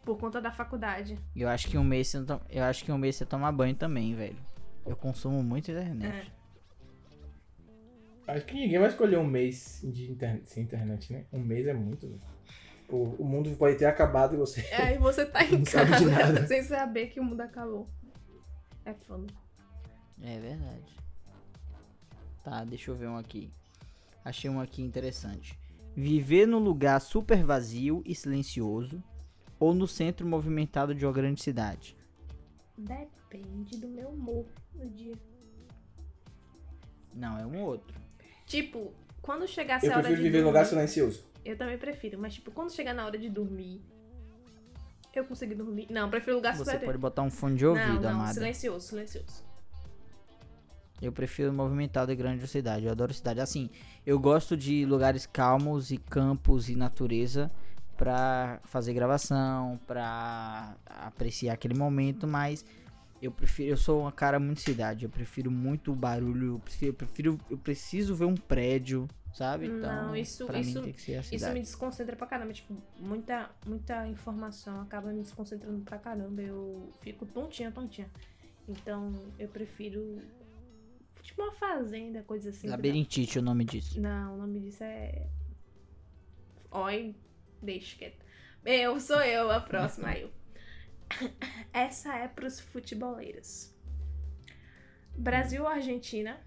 S1: Por conta da
S3: [laughs]
S1: faculdade.
S2: Eu acho que um mês você não to- eu acho que um mês você toma banho também, velho. Eu consumo muito internet.
S3: acho que ninguém vai escolher um mês de internet, sem internet, né? Um mês é muito. né? O, o mundo pode ter acabado e você.
S1: Aí você tá em
S3: Não sabe de
S1: casa [laughs]
S3: nada.
S1: sem saber que o mundo acabou. É foda.
S2: É. verdade. Tá, deixa eu ver um aqui. Achei um aqui interessante. Viver num lugar super vazio e silencioso ou no centro movimentado de uma grande cidade?
S1: Depende do meu humor no dia.
S2: Não, é um outro.
S1: Tipo, quando chegar essa
S3: [laughs] Eu
S1: hora de
S3: prefiro viver em
S1: dormir,
S3: lugar silencioso.
S1: Eu também prefiro, mas tipo, quando chegar na hora de dormir, eu consegui dormir. Não, eu prefiro lugar
S2: Você
S1: super-
S2: pode botar um fone de ouvido,
S1: não, não,
S2: amada.
S1: silencioso, silencioso.
S2: Eu prefiro movimentado e grande cidade. Eu adoro cidade. Assim, eu gosto de lugares calmos e campos e natureza pra fazer gravação, pra apreciar aquele momento, mas eu prefiro, eu sou uma cara muito cidade. Eu prefiro muito barulho, eu prefiro, eu prefiro- eu preciso ver um prédio, sabe? Então,
S1: Não, isso-
S2: pra
S1: isso-
S2: mim tem que ser a
S1: Isso
S2: cidade.
S1: me desconcentra pra caramba, tipo, muita, muita informação acaba me desconcentrando pra caramba. Eu fico tontinha, tontinha. Então, eu prefiro tipo uma fazenda, coisa assim. entendeu?
S2: Labirintite é o nome disso.
S1: Não, o nome disso é Oi, deixa quieto. Eu sou eu, a próxima eu. Essa é pros futeboleiros. Brasil ou Argentina?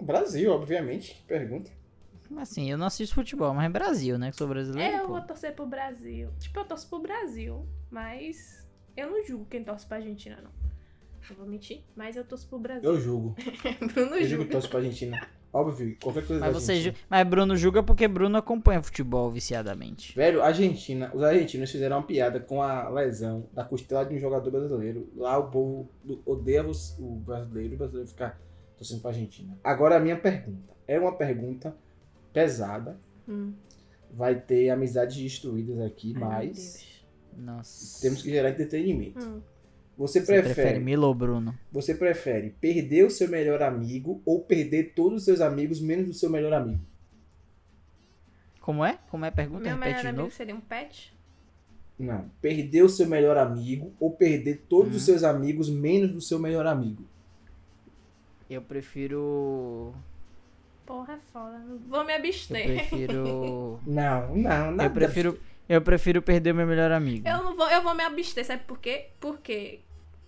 S3: Brasil, obviamente. que Pergunta.
S2: Assim, eu não assisto futebol, mas é Brasil, né? Que sou brasileiro.
S1: É, eu
S2: pô.
S1: vou torcer pro Brasil. Tipo, eu torço pro Brasil, mas eu não julgo quem torce pra Argentina, não. Eu vou mentir, mas eu torço pro Brasil. [laughs]
S3: Eu julgo.
S1: Bruno
S3: Eu julgo
S1: julga.
S3: torço pra Argentina. Óbvio, qualquer coisa
S2: Mas,
S3: da
S2: você,
S3: Argentina.
S2: ju- mas Bruno julga porque Bruno acompanha futebol viciadamente.
S3: Velho, a Argentina, os argentinos fizeram uma piada com a lesão da costela de um jogador brasileiro. Lá o povo do- odeia os- o brasileiro, o brasileiro fica torcendo pra Argentina. Agora a minha pergunta. É uma pergunta pesada.
S1: Hum.
S3: Vai ter amizades destruídas aqui,
S1: Ai, meu
S3: mas
S1: Deus.
S2: Nossa.
S3: temos que gerar entretenimento.
S1: Hum.
S3: Você,
S2: Você
S3: prefere,
S2: prefere, Milo ou Bruno?
S3: Você prefere perder o seu melhor amigo ou perder todos os seus amigos, menos o seu melhor amigo?
S2: Como é? Como é a pergunta?
S1: Meu
S2: Repete
S1: melhor
S2: de
S1: amigo
S2: novo.
S1: seria um pet?
S3: Não. Perder o seu melhor amigo ou perder todos
S2: Hum.
S3: os seus amigos, menos o seu melhor amigo?
S2: Eu prefiro.
S1: Porra, é foda. Não Vou me
S2: Eu
S1: abster.
S2: prefiro.
S3: [laughs] Não, não, nada.
S2: eu prefiro. Eu prefiro perder o meu melhor amigo.
S1: Eu não vou, eu vou me abster, sabe por quê? Porque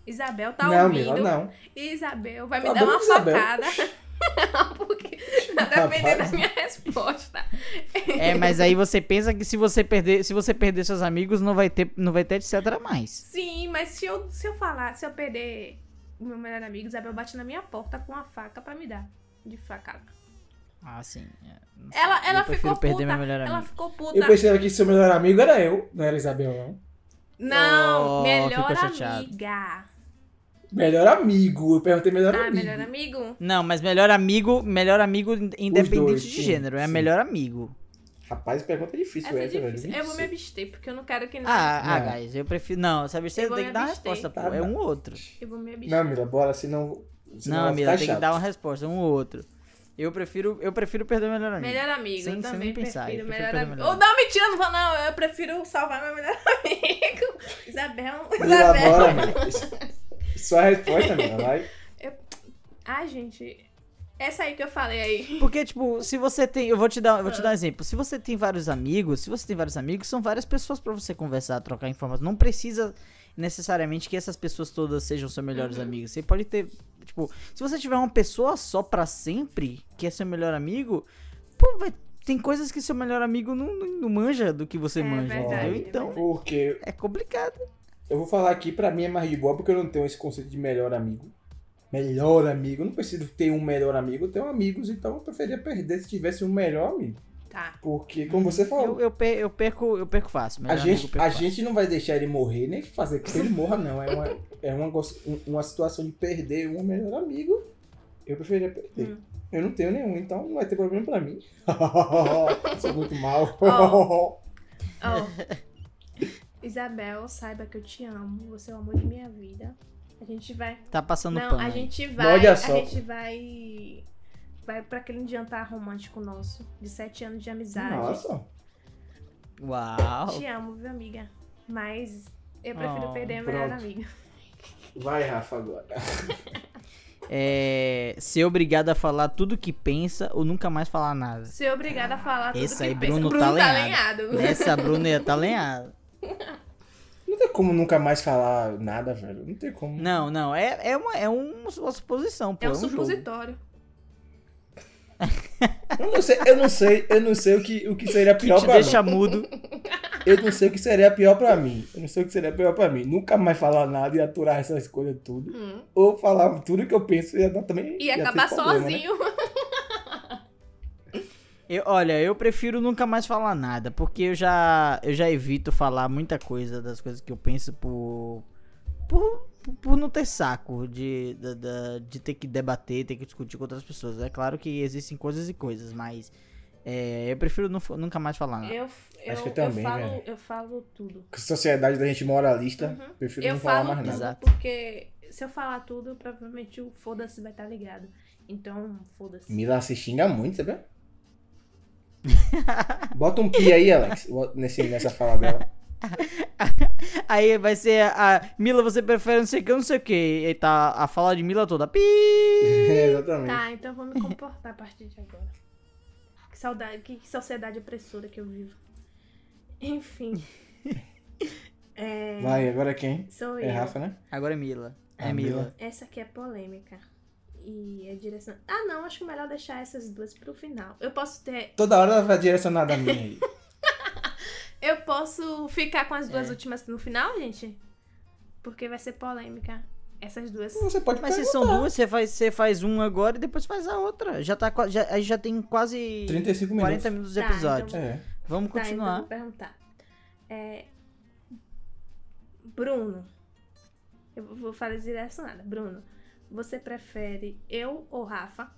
S1: Isabel tá
S3: não,
S1: ouvindo.
S3: melhor não.
S1: E Isabel vai me
S3: Tá
S1: dar
S3: bom,
S1: uma
S3: Isabel.
S1: facada. [laughs] Porque tá dependendo
S3: Rapaz.
S1: da minha resposta.
S2: É, mas aí você pensa que se você perder, se você perder seus amigos, não vai ter, não vai ter etc mais.
S1: Sim, mas se eu, se eu falar, se eu perder o meu melhor amigo, Isabel bate na minha porta com a faca pra me dar. De facada.
S2: Ah, sim. é, não sei.
S1: Ela, ela
S2: eu prefiro
S1: ficou
S2: perder
S1: puta.
S2: meu melhor
S1: Ela
S2: amigo.
S1: ficou puta.
S3: Eu pensava que seu melhor amigo era eu, não era Isabel, não.
S1: Não,
S2: Oh,
S1: melhor
S2: ficou chateado.
S1: amiga.
S3: Melhor amigo, eu perguntei melhor
S1: Ah,
S3: amigo.
S1: melhor amigo?
S2: Não, mas melhor amigo, melhor amigo in- independente
S3: dois,
S2: de
S3: sim,
S2: gênero, é
S3: sim.
S2: melhor amigo.
S3: Rapaz, pergunta difícil
S1: Essa é
S3: essa,
S1: difícil.
S3: velho.
S1: Eu vou me abster, porque eu não quero que.
S2: Ah, ah,
S3: Não.
S2: guys, eu prefiro não, sabe, você
S1: Eu vou
S2: tem
S1: me
S2: que dar uma
S1: abster.
S2: resposta, pô,
S3: É. Tá,
S2: é
S3: tá.
S2: um ou outro.
S1: Eu vou me abster.
S3: Não, Mila, bora, senão. senão
S2: não,
S3: vai
S2: amiga,
S3: ficar
S2: tem
S3: chato.
S2: que dar uma resposta, um ou outro. Eu prefiro, eu prefiro perder o melhor amigo.
S1: Melhor amigo,
S2: Sem-
S1: eu
S2: sem
S1: também
S2: nem pensar,
S1: prefiro
S2: eu prefiro
S1: melhor
S2: perder
S1: amigo.
S2: melhor
S1: Ou não, mentira, não vou não. Eu prefiro salvar meu melhor [laughs] amigo. Isabel,
S2: um
S3: Mila,
S1: Isabel.
S3: bora, Mila. Isso- [laughs] Sua resposta, Mila, vai.
S1: Ai, gente. Essa aí que eu falei aí.
S2: Porque, tipo, se você tem. Eu vou te dar, eu vou te dar um exemplo. Se você tem vários amigos, se você tem vários amigos, são várias pessoas pra você conversar, trocar informações. Não precisa necessariamente que essas pessoas todas sejam seus
S1: Uhum.
S2: melhores amigos. Você pode ter. Tipo, se você tiver uma pessoa só pra sempre, que é seu melhor amigo, pô, vai- Tem coisas que seu melhor amigo não, não, não manja do que você
S1: É
S2: manja,
S1: verdade,
S2: entendeu?
S1: é
S2: Então,
S3: Porque
S2: é complicado.
S3: eu vou falar aqui, pra mim é mais de boa, porque eu não tenho esse conceito de melhor amigo. Melhor amigo, eu não preciso ter um melhor amigo, eu tenho amigos, então eu preferia perder se tivesse um melhor amigo.
S1: Tá.
S3: Porque, como você falou,
S2: Eu, eu, per- eu perco, eu perco fácil.
S3: a,
S2: melhor amigo eu
S3: gente,
S2: perco
S3: a
S2: fácil.
S3: gente não vai deixar ele morrer, nem fazer com que ele morra, não. É uma, é uma, gos- um- uma situação de perder um melhor amigo, eu preferia perder.
S1: Hum.
S3: Eu não tenho nenhum, então não vai ter problema pra
S2: [laughs]
S3: mim. Sou muito mal.
S1: Ó. Ó.
S3: [laughs]
S1: Isabel, saiba que eu te amo. Você é o amor de minha vida. A gente vai.
S2: Tá passando
S1: não,
S2: pano.
S1: a
S2: aí.
S1: gente vai.
S3: Mas olha
S1: a
S3: só.
S1: gente vai. Vai pra aquele jantar romântico nosso de sete anos de amizade.
S3: [laughs] Nossa.
S2: Uau!
S1: Te amo, viu, amiga? Mas eu prefiro
S2: Oh,
S1: perder a melhor
S3: pronto.
S1: amiga.
S3: Vai, Rafa, agora.
S2: é, ser obrigado a falar tudo que pensa ou nunca mais falar nada.
S1: Ser obrigada a falar tudo
S2: Esse
S1: que
S2: aí,
S1: pensa.
S2: Bruno
S1: Bruno
S2: tá
S1: tá
S2: lenhado.
S1: lenhado.
S3: Né?
S2: Essa a Bruna ia tá lenhada.
S1: [laughs]
S3: Não tem como nunca mais falar nada, velho. Não tem como.
S2: Não, não, é, é, uma, é um- uma suposição, pô.
S1: É um
S2: jogo.
S1: supositório.
S3: Eu não sei, eu não sei, eu não sei o que, o que seria
S2: Que
S3: pior
S2: te
S3: pra
S2: deixa mudo.
S3: mim. Eu não sei o que seria pior pra mim. Eu não sei o que seria pior pra mim. Nunca mais falar nada e aturar essas coisas tudo.
S1: Hum.
S3: Ou falar tudo que eu penso e ia dar também.
S1: E
S3: ia ter
S1: acabar
S3: problema, né?
S1: sozinho.
S2: Eu- olha, eu prefiro nunca mais falar nada, porque eu já, eu já evito falar muita coisa das coisas que eu penso por. por, por não ter saco de, da- da- de ter que debater, ter que discutir com outras pessoas. É claro que existem coisas e coisas, mas. é, eu prefiro nu- nunca mais falar nada.
S1: Eu, eu,
S3: Ah. Acho que eu também, né?
S1: falo,
S3: velho.
S1: eu falo tudo.
S3: Com a Sociedade da gente moralista.
S1: Uhum.
S3: Prefiro
S1: Eu
S3: não falar
S1: falo
S3: mais
S1: tudo,
S3: nada.
S2: Exato.
S1: porque se eu falar tudo, provavelmente o foda-se vai estar ligado. Então, foda-se.
S3: Mila se xinga muito,
S1: [laughs]
S3: sabe? Bota um pi aí, Alex, nesse, nessa fala
S1: [laughs]
S3: dela. [laughs]
S2: Aí vai ser a Mila, você prefere não sei o que, não sei o que. E tá a fala de Mila toda. Pi!
S3: É, exatamente.
S1: Tá, então eu vou me comportar a partir de agora. Que saudade, que que sociedade opressora que eu vivo. Enfim. É,
S3: Vai, agora quem?
S1: sou
S3: É
S1: eu.
S3: Rafa, né?
S2: Agora é Mila. É
S3: Ah,
S2: Mila.
S3: Mila.
S1: Essa aqui é polêmica. E é direcionada. Ah, não, acho melhor deixar essas duas pro final. Eu posso ter.
S3: Toda hora ela vai direcionada a
S1: [laughs]
S3: mim aí.
S1: Eu posso ficar com as duas
S2: É.
S1: últimas no final, gente? Porque vai ser polêmica. Essas duas.
S3: Você pode
S2: Mas se
S3: perguntar.
S2: são duas, você faz, você faz uma agora e depois faz a outra. Já tá qua- já, aí já tem quase
S1: assim,
S3: 35 minutos.
S2: 40 minutos de
S1: Tá,
S2: episódio.
S1: então-
S3: É.
S2: Vamos
S1: Tá, então eu [laughs]
S2: continuar.
S1: vou perguntar. É, Bruno. Eu vou falar direcionada. Bruno, você prefere eu ou Rafa?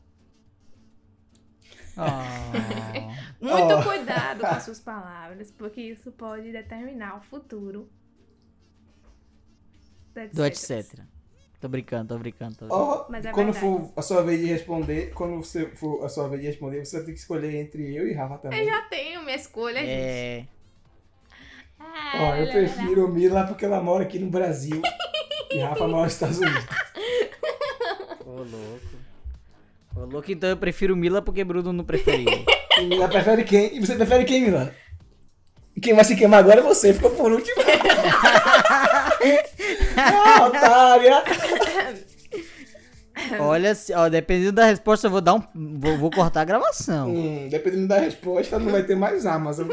S3: Ah.
S2: Oh.
S1: Muito
S3: Oh. [laughs]
S1: cuidado com as suas palavras, porque isso pode determinar o futuro.
S2: Do etc. Tô brincando, tô brincando. Tô brincando.
S3: Ó,
S1: Mas é
S3: quando
S1: verdade.
S3: for a sua vez de responder, quando você for a sua vez de responder, você vai ter que escolher entre eu e Rafa também.
S1: Eu já tenho minha escolha, gente.
S2: é.
S1: Ah,
S3: Ó, eu
S1: lá,
S3: prefiro Mila porque ela mora aqui no Brasil e Rafa mora nos Estados Unidos.
S2: Ô, louco. Ô, louco, então
S1: [laughs]
S2: eu prefiro Mila porque Bruno não preferiu.
S3: E Mila prefere quem? E você prefere quem, Mila? Quem vai se queimar agora é você, ficou por último. ah, otária!
S2: Olha, se- ó, dependendo da resposta, eu vou dar um. Vou, vou cortar a gravação.
S3: Hum, dependendo da resposta, não vai ter mais Amazon.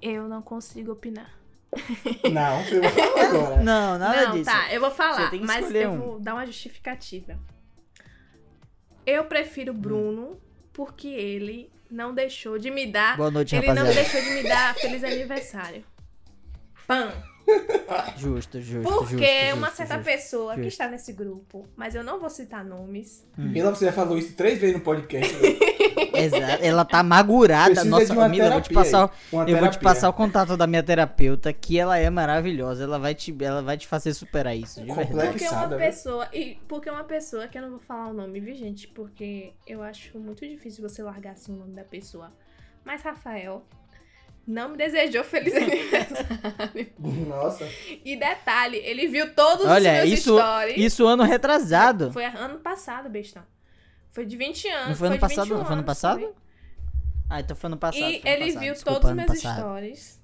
S1: Eu não consigo opinar.
S3: Não, você vai falar agora.
S2: Não, nada
S1: não,
S2: disso.
S1: tá, eu vou
S2: Você
S1: falar,
S2: tem que
S1: mas
S2: escolher
S1: eu
S2: um.
S1: vou dar uma justificativa. Eu prefiro Bruno porque ele não deixou de me dar.
S2: Boa noite,
S1: ele não
S2: rapaziada.
S1: deixou de me dar feliz aniversário. Pam!
S2: Justo, justo.
S1: Porque
S2: justo,
S1: uma
S2: justo,
S1: certa
S2: justo.
S1: pessoa que
S2: justo.
S1: está nesse grupo, mas eu não vou citar nomes.
S3: Mila, você já falou isso três vezes no podcast. né?
S2: Exato. Ela tá amagurada.
S3: Precisa de
S2: Nossa,
S3: uma
S2: Mila, eu vou te
S3: terapia
S2: passar.
S3: aí. Uma
S2: Eu vou te
S3: terapia.
S2: passar o contato da minha terapeuta, que ela é maravilhosa. Ela vai te, ela vai te fazer superar isso, de
S3: Complexo.
S2: verdade.
S1: Porque uma
S3: sabe, né?
S1: pessoa. E porque uma pessoa que eu não vou falar o nome, viu, gente? Porque eu acho muito difícil você largar assim o nome da pessoa. Mas Rafael não me desejou feliz [laughs] aniversário.
S3: Nossa.
S1: E detalhe, ele viu todos
S2: Olha,
S1: os meus
S2: isso-
S1: stories.
S2: Isso ano retrasado.
S1: Foi ano passado, bestão. Foi de 20 anos.
S2: Não foi ano
S1: de
S2: passado,
S1: 21
S2: não? Foi ano
S1: anos,
S2: passado?
S1: foi.
S2: Ah, então foi ano passado.
S1: E
S2: foi ano
S1: ele
S2: passado.
S1: viu
S2: Desculpa,
S1: todos os
S2: ano
S1: meus
S2: passado.
S1: stories.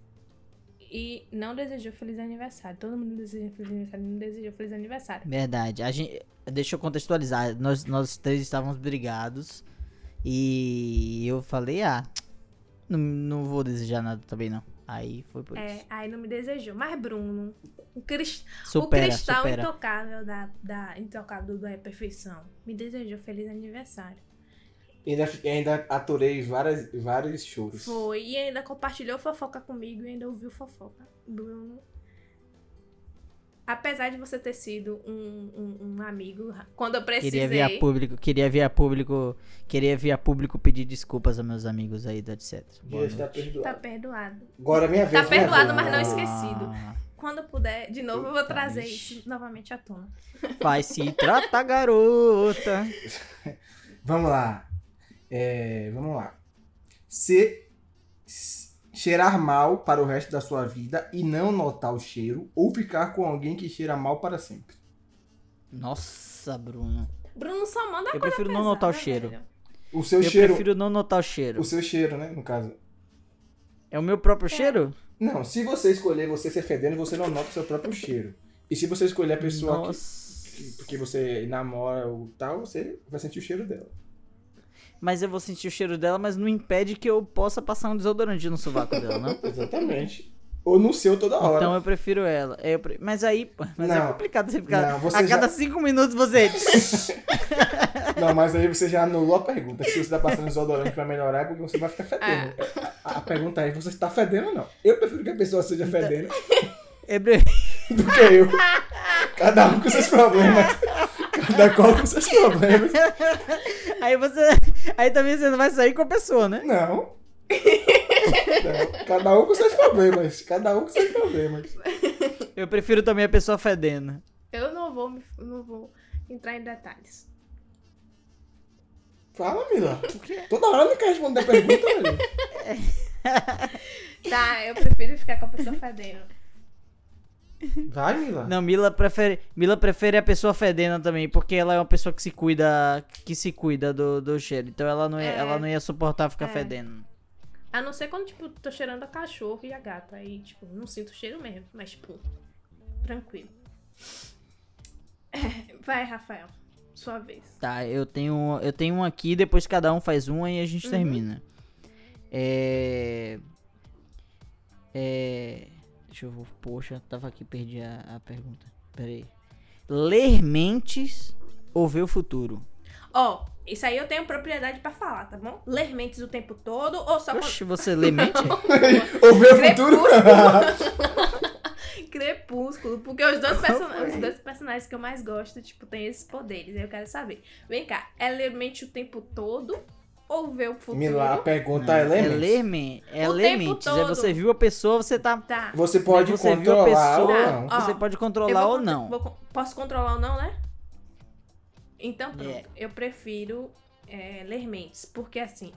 S1: E não desejou feliz aniversário. Todo mundo desejou feliz aniversário. Não desejou feliz aniversário.
S2: Verdade. A gente, deixa eu contextualizar. Nós, nós três estávamos brigados. E eu falei, ah, não, não vou desejar nada também, não. Aí foi por
S1: É,
S2: isso.
S1: aí não me desejou. Mas Bruno, o, cris- o então,
S2: Supera,
S1: cristal
S2: supera.
S1: intocável da, da intocável da perfeição, me desejou feliz aniversário.
S3: Ainda, ainda aturei várias, vários choros.
S1: Foi e ainda compartilhou fofoca comigo e ainda ouviu fofoca. Bruno, apesar de você ter sido um, um, um amigo, quando eu precisei,
S2: Queria ver a público, queria ver a público, queria ver a público pedir desculpas aos meus amigos aí, do etc. Boa
S3: Deus tá
S2: noite.
S1: tá
S3: perdoado.
S1: perdoado.
S3: Agora é minha vez.
S1: Tá
S3: minha
S1: perdoado,
S3: vez.
S1: mas não
S3: Ah.
S1: esqueci. esquecido.
S2: Ah,
S1: Quando eu puder, de novo, eu vou
S2: Eita,
S1: trazer
S2: ixi.
S1: isso novamente à tona.
S2: Vai se tratar, garota.
S3: Vamos lá. É, vamos lá. Se se- cheirar mal para o resto da sua vida e não notar o cheiro, ou ficar com alguém que cheira mal para sempre.
S2: Nossa, Bruno.
S1: Bruno só manda
S2: Eu
S1: coisa
S2: prefiro não
S1: pesada,
S2: notar o
S1: né,
S2: cheiro.
S1: velho?
S3: O seu
S2: Eu
S3: cheiro.
S2: prefiro não notar o cheiro.
S3: O seu cheiro, né? No caso.
S2: É o meu próprio cheiro?
S3: Não, se você escolher você ser fedendo, você não nota o seu próprio cheiro. E se você escolher a pessoa que, que-
S2: Nossa.
S3: porque você namora ou tal, você vai sentir o cheiro dela.
S2: Mas eu vou sentir o cheiro dela, mas não impede que eu possa passar um desodorante no sovaco dela, né?
S3: [laughs] Exatamente. ou no seu toda hora.
S2: Então eu prefiro ela. Eu pre- Mas aí, mas é
S3: Não.
S2: complicado você ficar.
S3: Não, você
S2: a
S3: já-
S2: cada cinco minutos você. [laughs]
S3: Não, mas aí você já anulou a pergunta. Se você tá passando desodorante pra melhorar, é porque você vai ficar fedendo. A, a pergunta é, você tá fedendo ou não? Eu prefiro que a pessoa seja fedendo
S2: É pre-
S3: do que eu. Cada um com seus problemas. Cada qual com seus problemas.
S2: Aí você. Aí também você não vai sair com a pessoa, né?
S3: Não. Não. Cada um com seus problemas. Cada um com seus problemas.
S2: Eu prefiro também a pessoa fedendo.
S1: Eu não vou, me- não vou entrar em detalhes.
S3: Fala, Mila. Toda hora não quer responder a pergunta, velho.
S1: Tá, eu prefiro ficar com a pessoa fedendo.
S3: Vai, Mila.
S2: Não, Mila prefere, Mila prefere a pessoa fedendo também, porque ela é uma pessoa que se cuida, que se cuida do, do cheiro. Então ela não, ia,
S1: É.
S2: ela não ia suportar ficar
S1: É.
S2: fedendo.
S1: A não ser quando, tipo, tô cheirando a cachorro e a gata. Aí, tipo, não sinto cheiro mesmo, mas, tipo, tranquilo. [laughs] Vai, Rafael. Sua vez.
S2: Tá, eu tenho, eu tenho um aqui, depois cada um faz uma e a
S1: Uhum.
S2: gente termina. É... É... Deixa eu... vou- Poxa, tava aqui, perdi a, a pergunta. Pera aí. Ler mentes ou ver o futuro?
S1: Ó, isso aí eu tenho propriedade pra falar, tá bom? Ler mentes o tempo todo ou só
S2: Oxe, você lê mente?
S3: Ouvir o futuro?
S1: Crepúsculo. Crepúsculo, porque os
S3: [laughs]
S1: dois, person-
S3: Qual foi?
S1: os dois personagens que eu mais gosto, tipo, têm esses poderes. Aí eu quero saber. Vem cá, é ler mente o tempo todo ou ver o futuro?
S3: Mila, a pergunta
S2: Não,
S3: é
S2: é
S3: lembre
S2: ler, men- é
S1: O
S2: ler
S1: tempo
S2: mentes. É
S1: todo.
S2: você viu a pessoa, você tá
S1: Tá.
S3: Você pode
S2: você viu a
S3: controlar ou
S2: pessoa,
S3: não.
S1: Ó,
S2: você pode
S1: eu
S2: controlar
S1: vou
S2: ou
S1: con-
S2: não.
S1: vou con- posso controlar ou não, né?
S3: É.
S1: Então, pronto.
S2: Yeah.
S1: Eu prefiro é, ler mentes, porque assim,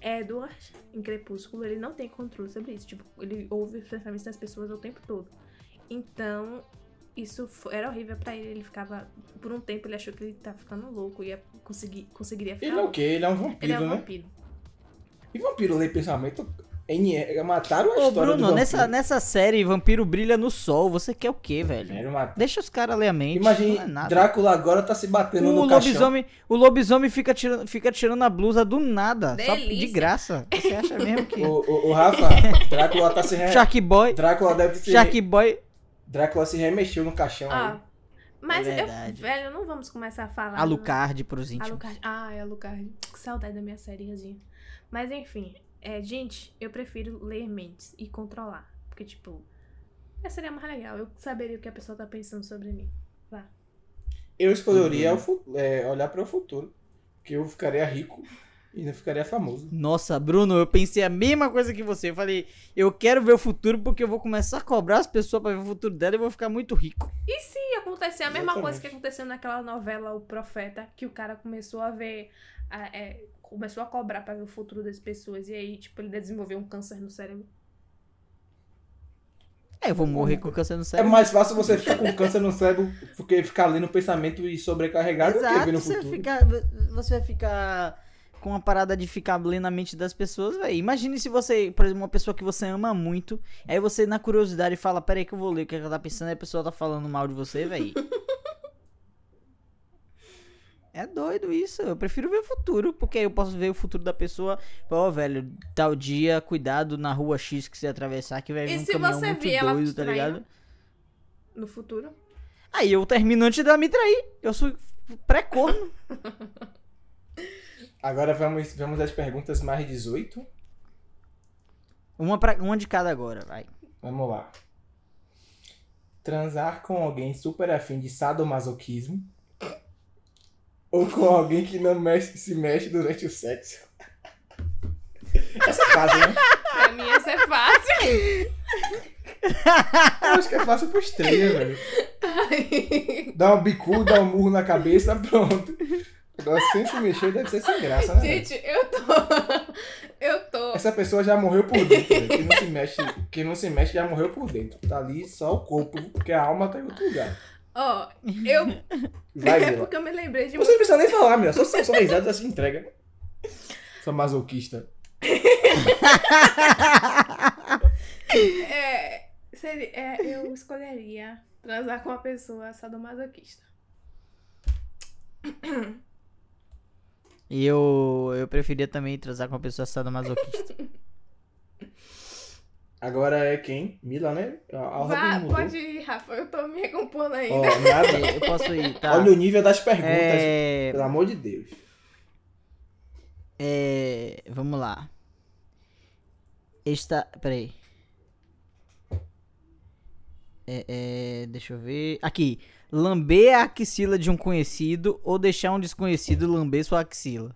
S1: Edward, em Crepúsculo, ele não tem controle sobre isso. Tipo, ele ouve os pensamentos das pessoas o tempo todo. Então, isso fo- era horrível pra ele. Ele ficava. Por um tempo ele achou que ele tá ficando louco e ia conseguir, conseguiria ficar
S3: Ele é o
S1: louco.
S3: quê? Ele é um
S1: Ele
S3: vampiro,
S1: é um
S3: né?
S1: vampiro.
S3: E vampiro lê pensamento? Em- é, Mataram a
S2: Ô,
S3: história do
S2: Bruno,
S3: vampiro.
S2: nessa, nessa série Vampiro Brilha no Sol, você quer o quê, velho?
S3: Era uma-
S2: Deixa os caras ler a mente. não é
S3: Imagina,
S2: nada.
S3: Drácula agora tá se batendo
S2: O
S3: no caixão.
S2: lobisomem, o lobisomem fica tirando, fica tirando a blusa do nada, só de
S1: Delícia.
S2: graça. Você acha mesmo
S3: [laughs]
S2: que...
S3: O, o, o
S2: [laughs]
S3: Rafa, Drácula tá se... Re...
S2: Shark Boy,
S3: Drácula deve se...
S2: Shark Boy,
S3: Drácula se remexeu no caixão
S1: Ó.
S3: aí.
S1: Ah, Mas,
S3: É
S1: eu-
S2: Verdade.
S1: velho, não vamos começar a falar. do-
S2: Alucard pros
S1: Ah.
S2: íntimos.
S1: Alucard. Ah, é Alucard. Que saudade da minha sériezinha. Mas enfim, é, gente, eu prefiro ler mentes e controlar. Porque, tipo, essa seria mais legal. Eu saberia o que a pessoa tá pensando sobre mim.
S3: Eu
S2: Uhum.
S3: escolheria o fu- é, olhar para o futuro. Porque eu ficaria rico e não ficaria famoso.
S2: Nossa, Bruno, eu pensei a mesma coisa que você. Eu falei, eu quero ver o futuro porque eu vou começar a cobrar as pessoas pra ver o futuro dela e vou ficar muito rico.
S1: E se acontecer a mesma
S3: Exatamente.
S1: coisa que aconteceu naquela novela O Profeta, que o cara começou a ver. a- é, começou a cobrar pra ver o futuro das pessoas. E aí, tipo, ele desenvolveu um câncer no cérebro.
S2: É, eu vou morrer com câncer no
S3: É
S2: cérebro.
S3: mais fácil você ficar com câncer no cérebro porque ficar lendo pensamento e sobrecarregado do que ver
S2: Exato,
S3: no
S2: você vai,
S3: futuro.
S2: ficar, você vai ficar com a parada de ficar lendo a mente das pessoas, velho. Imagine se você, por exemplo, uma pessoa que você ama muito, aí você na curiosidade fala, peraí que eu vou ler o que ela tá pensando, aí a pessoa tá falando mal de você,
S3: [laughs]
S2: velho. É doido isso. Eu prefiro ver o futuro, porque aí eu posso ver o futuro da pessoa. Ó, velho, tal dia, cuidado na rua X que você atravessar, que vai vir
S1: E
S2: um
S1: se
S2: caminhão
S1: você
S2: muito
S1: vê ela
S2: doido, tá
S1: traindo?
S2: ligado?
S1: No futuro.
S2: Aí eu termino antes dela me trair. Eu sou pré-corno.
S3: Agora vamos, vamos às perguntas mais 18.
S2: Uma, pra, uma de cada agora, vai.
S3: Vamos lá. Transar com alguém super afim de sadomasoquismo ou com alguém que não mexe- se mexe durante o sexo? Essa é fácil, né?
S1: Pra mim, essa é fácil.
S3: Eu acho que é fácil pros três, velho. Dá um bicu, dá um murro na cabeça, pronto. Agora, sem se mexer, deve ser sem graça, né? velho?
S1: Gente, eu tô. [laughs] Eu tô.
S3: Essa pessoa já morreu por dentro, velho. Quem não se mexe, quem não se mexe já morreu por dentro. Tá ali só o corpo, porque a alma tá em outro lugar.
S1: Ó, eu.
S3: Vai,
S1: é
S3: Vila.
S1: porque eu me lembrei de uma
S3: Você não precisa nem falar, meu. Só, só, só risada já se entrega. Sou masoquista.
S1: É, seria, é, eu escolheria transar com uma pessoa sadomasoquista.
S2: E eu, eu preferia também transar com uma pessoa
S3: [laughs]
S2: sadomasoquista.
S3: Agora é quem? Mila, né? A, a Robin
S1: Vá,
S3: mudou.
S1: pode ir, Rafa, eu tô me recompondo
S3: Ó,
S1: ainda.
S2: [laughs]
S3: nada.
S2: eu posso ir, tá?
S3: Olha o nível das perguntas.
S2: é,
S3: Pelo amor de Deus.
S2: é, vamos lá. Esta, peraí. É, é, deixa eu ver. Aqui. Lamber a axila de um conhecido ou deixar um desconhecido lamber sua axila.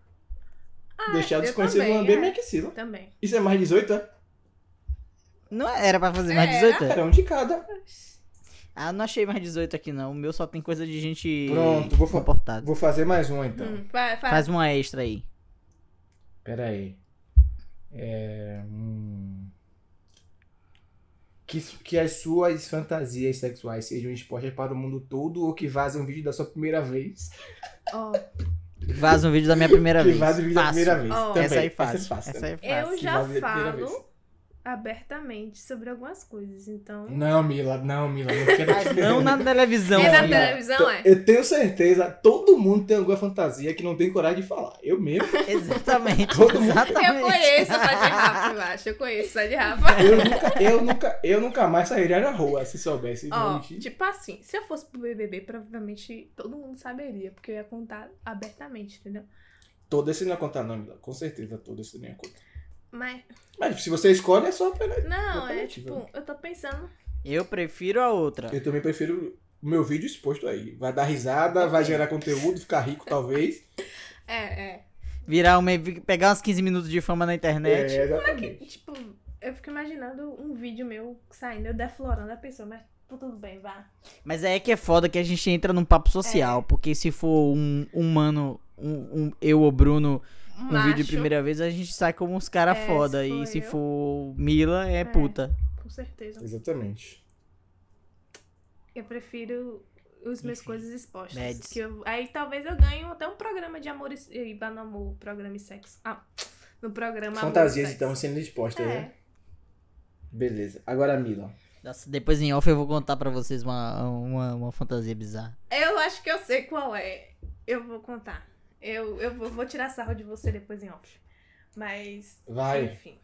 S3: Deixar
S1: Ah,
S3: o
S1: eu
S3: desconhecido
S1: também,
S3: lamber
S1: é.
S3: minha axila.
S1: Também.
S3: Isso é mais 18? é?
S2: Não era pra fazer mais
S1: Era.
S2: 18?
S3: Era um de cada.
S2: Ah, não achei mais 18 aqui não. O meu só tem coisa de gente
S3: Pronto, vou fa-
S2: comportada.
S3: Vou fazer mais um então.
S1: Hum, vai, vai.
S2: Faz uma extra aí.
S3: Pera aí. É. hum. Que, su- que as suas fantasias sexuais sejam expostas para o mundo todo ou que vazem um vídeo da sua primeira vez.
S1: Ó,
S2: Vaza um vídeo da minha primeira
S3: que
S2: vez.
S3: vazem um vídeo da
S2: Fácil.
S3: primeira vez.
S1: Ó.
S3: Também.
S2: Essa aí fácil.
S3: Essa é fácil.
S2: Essa aí fácil.
S1: eu já
S3: vale a primeira vez.
S1: falo abertamente sobre algumas coisas, então.
S3: Não, Mila, não, Mila, não quero
S2: Mas não na televisão.
S1: é na
S2: filho.
S1: televisão, é?
S3: Então, Eu tenho certeza, todo mundo tem alguma fantasia que não tem coragem de falar. Eu mesmo,
S2: Exatamente.
S3: [laughs] Todo mundo-
S1: Eu
S2: Exatamente.
S1: conheço essa de Rafa, eu acho. Eu conheço essa de Rafa.
S3: eu nunca, eu nunca, eu nunca mais sairia na rua se soubesse. um
S1: Ó,
S3: não existe.
S1: tipo assim, se eu fosse pro BBB, provavelmente todo mundo saberia, porque eu ia contar abertamente, entendeu?
S3: Todo esse não ia contar, não, Mila. Com certeza, todo esse não ia contar.
S1: Mas,
S3: Mas se você escolhe, é só pela...
S1: não, é
S3: Exatamente,
S1: tipo, eu tô pensando
S2: Eu prefiro a outra.
S3: Eu também prefiro o meu vídeo exposto aí. Vai dar risada, vai gerar conteúdo, ficar rico, talvez.
S1: É, é.
S2: Virar uma. Pegar uns 15 minutos de fama na internet.
S3: É, exatamente.
S1: Tipo, eu fico imaginando um vídeo meu saindo, eu deflorando a pessoa, mas pô, tudo bem, vá.
S2: Mas aí é que é foda que a gente entra num papo
S1: É.
S2: social. Porque se for um humano. Um, um- eu ou Bruno, um
S1: Macho,
S2: vídeo de primeira vez, a gente sai como uns cara
S1: É, se
S2: foda.
S1: for
S2: e se
S1: eu-
S2: for Mila, é, puta.
S1: Com certeza.
S3: Exatamente.
S1: Eu prefiro os meus
S2: Enfim,
S1: coisas expostas.
S2: Mads.
S1: que eu- aí talvez eu ganhe até um programa de amor e e vá no amor, programa e sexo. Ah, no programa
S3: Fantasias
S1: amor
S2: então,
S3: estão
S1: e sexo.
S3: sendo expostas, né?
S1: É,
S3: Beleza. Agora, Mila.
S2: Nossa, depois em off eu vou contar pra vocês uma, uma, uma fantasia bizarra.
S1: É, eu acho que eu sei qual é. Eu vou contar. Eu, eu vou, vou tirar sarro de você depois em off. Mas,
S3: Vai.
S1: enfim.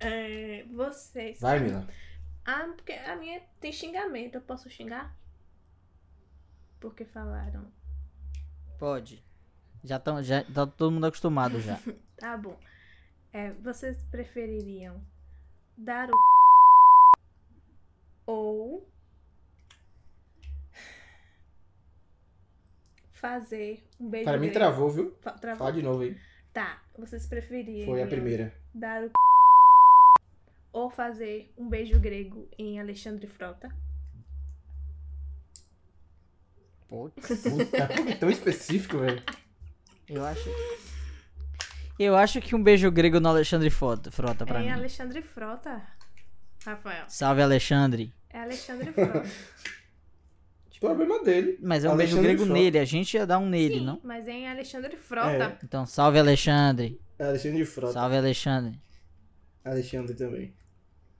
S1: É, vocês.
S3: Vai, Mila.
S1: Ah, porque a minha tem xingamento. Eu posso xingar? Porque falaram.
S2: Pode. Já, tão, já tá todo mundo acostumado
S3: [laughs]
S2: já.
S1: Tá bom. É, vocês prefeririam dar o ou fazer um beijo
S3: Para mim
S1: grego?
S3: travou, viu?
S1: Fa- travou?
S3: Fala de novo aí.
S1: Tá, vocês prefeririam
S3: Foi a primeira.
S1: dar o ou fazer um beijo grego em Alexandre Frota?
S2: Putz.
S3: Puta, por que tão
S1: [laughs]
S3: específico, velho?
S2: Eu acho. Eu acho que um beijo grego no Alexandre Frota, Frota pra
S1: é
S2: mim.
S1: Alexandre Frota, Rafael.
S2: Salve, Alexandre.
S1: É Alexandre
S2: [laughs]
S1: Frota. Tipo,
S3: Problema dele.
S2: Mas é um beijo
S3: Alexandre
S2: grego
S3: Frota.
S2: nele, a gente ia dar um nele,
S1: sim,
S2: não?
S1: mas é em Alexandre Frota.
S2: Então, salve, Alexandre.
S3: É, Alexandre de Frota.
S2: Salve, Alexandre.
S3: Alexandre também.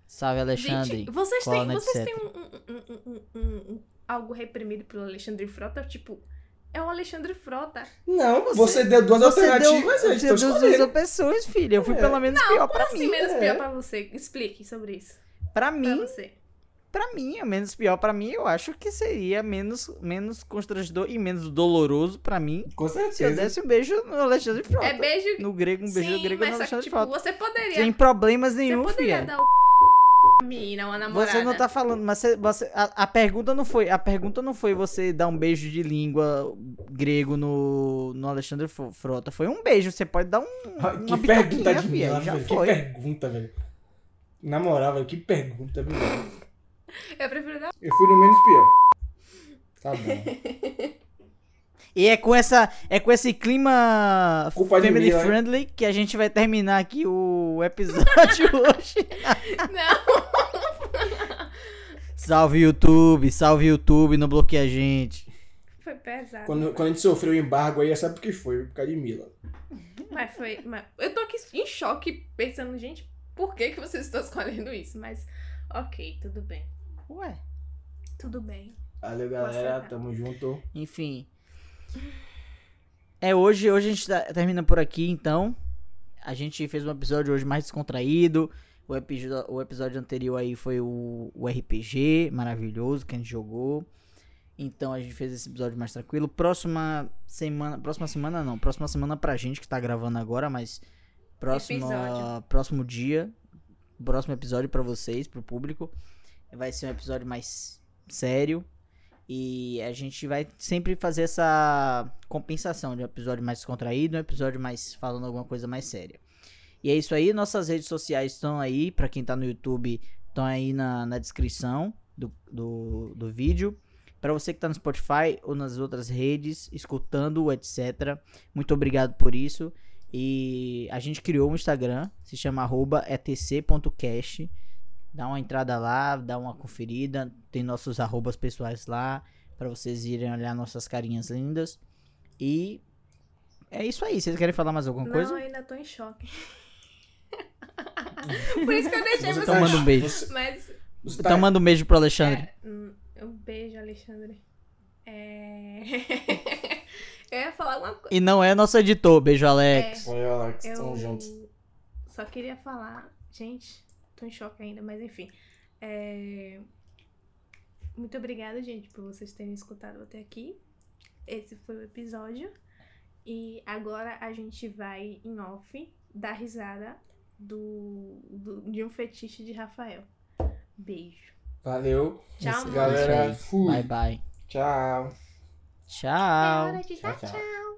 S2: Salve, Alexandre.
S1: Gente, vocês têm,
S2: Colin,
S1: vocês
S2: etc.
S1: têm um, um- um- um- um- um- algo reprimido pelo Alexandre Frota? Tipo, é o Alexandre Frota.
S2: É
S3: Não, você, deu duas alternativas,
S2: deu,
S3: eles
S2: você
S3: estão
S2: deu duas
S3: escolhendo.
S2: opções, filho. Eu fui
S3: É.
S2: pelo menos pior pra
S1: Assim,
S2: mim.
S1: menos
S3: é.
S1: pior pra você. Explique sobre isso. Pra
S2: Pra mim,
S1: você.
S2: pra mim, o menos pior pra mim, eu acho que seria menos, menos constrangedor e menos doloroso pra mim
S3: Com
S2: se eu
S3: certeza.
S2: desse um beijo no Alexandre Frota.
S1: É beijo.
S2: No grego, um beijo
S1: Sim,
S2: grego
S1: mas
S2: no
S1: só que,
S2: Alexandre
S1: tipo,
S2: Frota.
S1: você poderia.
S2: Sem problemas
S1: você
S2: nenhum,
S1: poderia
S2: filho.
S1: dar o [laughs] a menina, uma namorada.
S2: Você não tá falando, mas você, você- a, a pergunta não foi, a pergunta não foi você dar um beijo de língua grego no, no Alexandre Fro- Frota, foi um beijo, você pode dar um
S3: Ah,
S2: uma
S3: Que pergunta
S2: bitoquinha,
S3: de
S2: fia,
S3: Mila,
S2: já
S3: velho.
S2: foi.
S3: Que pergunta, velho. Na moral, velho, que pergunta, viu?
S2: tá-
S1: Eu prefiro dar.
S3: Eu fui no menos pior. Tá
S1: [laughs]
S3: bom.
S2: E é com essa é com esse clima
S3: Culpa de
S2: family
S3: mim, né?
S2: friendly que a gente vai terminar aqui o episódio [laughs] hoje.
S1: [laughs] Não.
S2: Salve YouTube, salve YouTube, não bloqueia a gente.
S1: Foi pesado.
S3: Quando, quando a gente sofreu o embargo aí, sabe por que foi? Por causa de Mila.
S1: Mas foi. mas- Eu tô aqui em choque, pensando, gente, por que, que vocês estão escolhendo isso? Mas, ok, tudo bem.
S2: Ué,
S1: Tudo bem.
S3: Valeu, galera.
S1: aceitar.
S3: Tamo junto.
S2: enfim. É hoje, hoje a gente tá- termina por aqui, então. A gente fez um episódio hoje mais descontraído. O, epi- o episódio anterior aí foi o, o RPG maravilhoso que a gente jogou. Então a gente fez esse episódio mais tranquilo. Próxima semana. Próxima semana não. Próxima semana pra gente que tá gravando agora, mas. Próxima,
S1: Episódio.
S2: próximo dia. Próximo episódio pra vocês, pro público. Vai ser um episódio mais sério. E a gente vai sempre fazer essa compensação de um episódio mais descontraído, um episódio mais falando alguma coisa mais séria. E é isso aí, nossas redes sociais estão aí, pra quem tá no YouTube, estão aí na, na descrição do, do, do vídeo. Pra você que tá no Spotify ou nas outras redes, escutando, etc. Muito obrigado por isso. E a gente criou um Instagram, se chama arroba etc.cast. Dá uma entrada lá, dá uma conferida. Tem nossos arrobas pessoais lá, pra vocês irem olhar nossas carinhas lindas. E é isso aí. Vocês querem falar mais alguma
S1: Não,
S2: coisa?
S1: eu ainda tô em choque. [laughs] Por isso que eu deixei
S3: Você
S1: você.
S2: tá- Manda um beijo.
S3: Você,
S1: Mas
S3: você
S2: Então
S3: tá...
S2: manda um beijo pro Alexandre.
S1: hum, um beijo, Alexandre. É... [laughs] eu ia falar alguma coisa.
S2: E não é nosso editor. Beijo, Alex.
S3: Valeu, Alex. Tamo
S1: Eu
S3: junto.
S1: só queria falar, gente, tô em choque ainda, mas enfim. É, Muito obrigada, gente, por vocês terem escutado até aqui. Esse foi o episódio. E agora a gente vai em off dar risada do, do- de um fetiche de Rafael. Beijo.
S3: Valeu.
S1: Tchau, mano.
S2: Isso- isso aí.
S3: Galera, fui.
S2: Bye, bye.
S3: Tchau.
S1: É
S2: Tchau.
S1: hora de dar
S3: Tchau, tchau.
S1: tchau.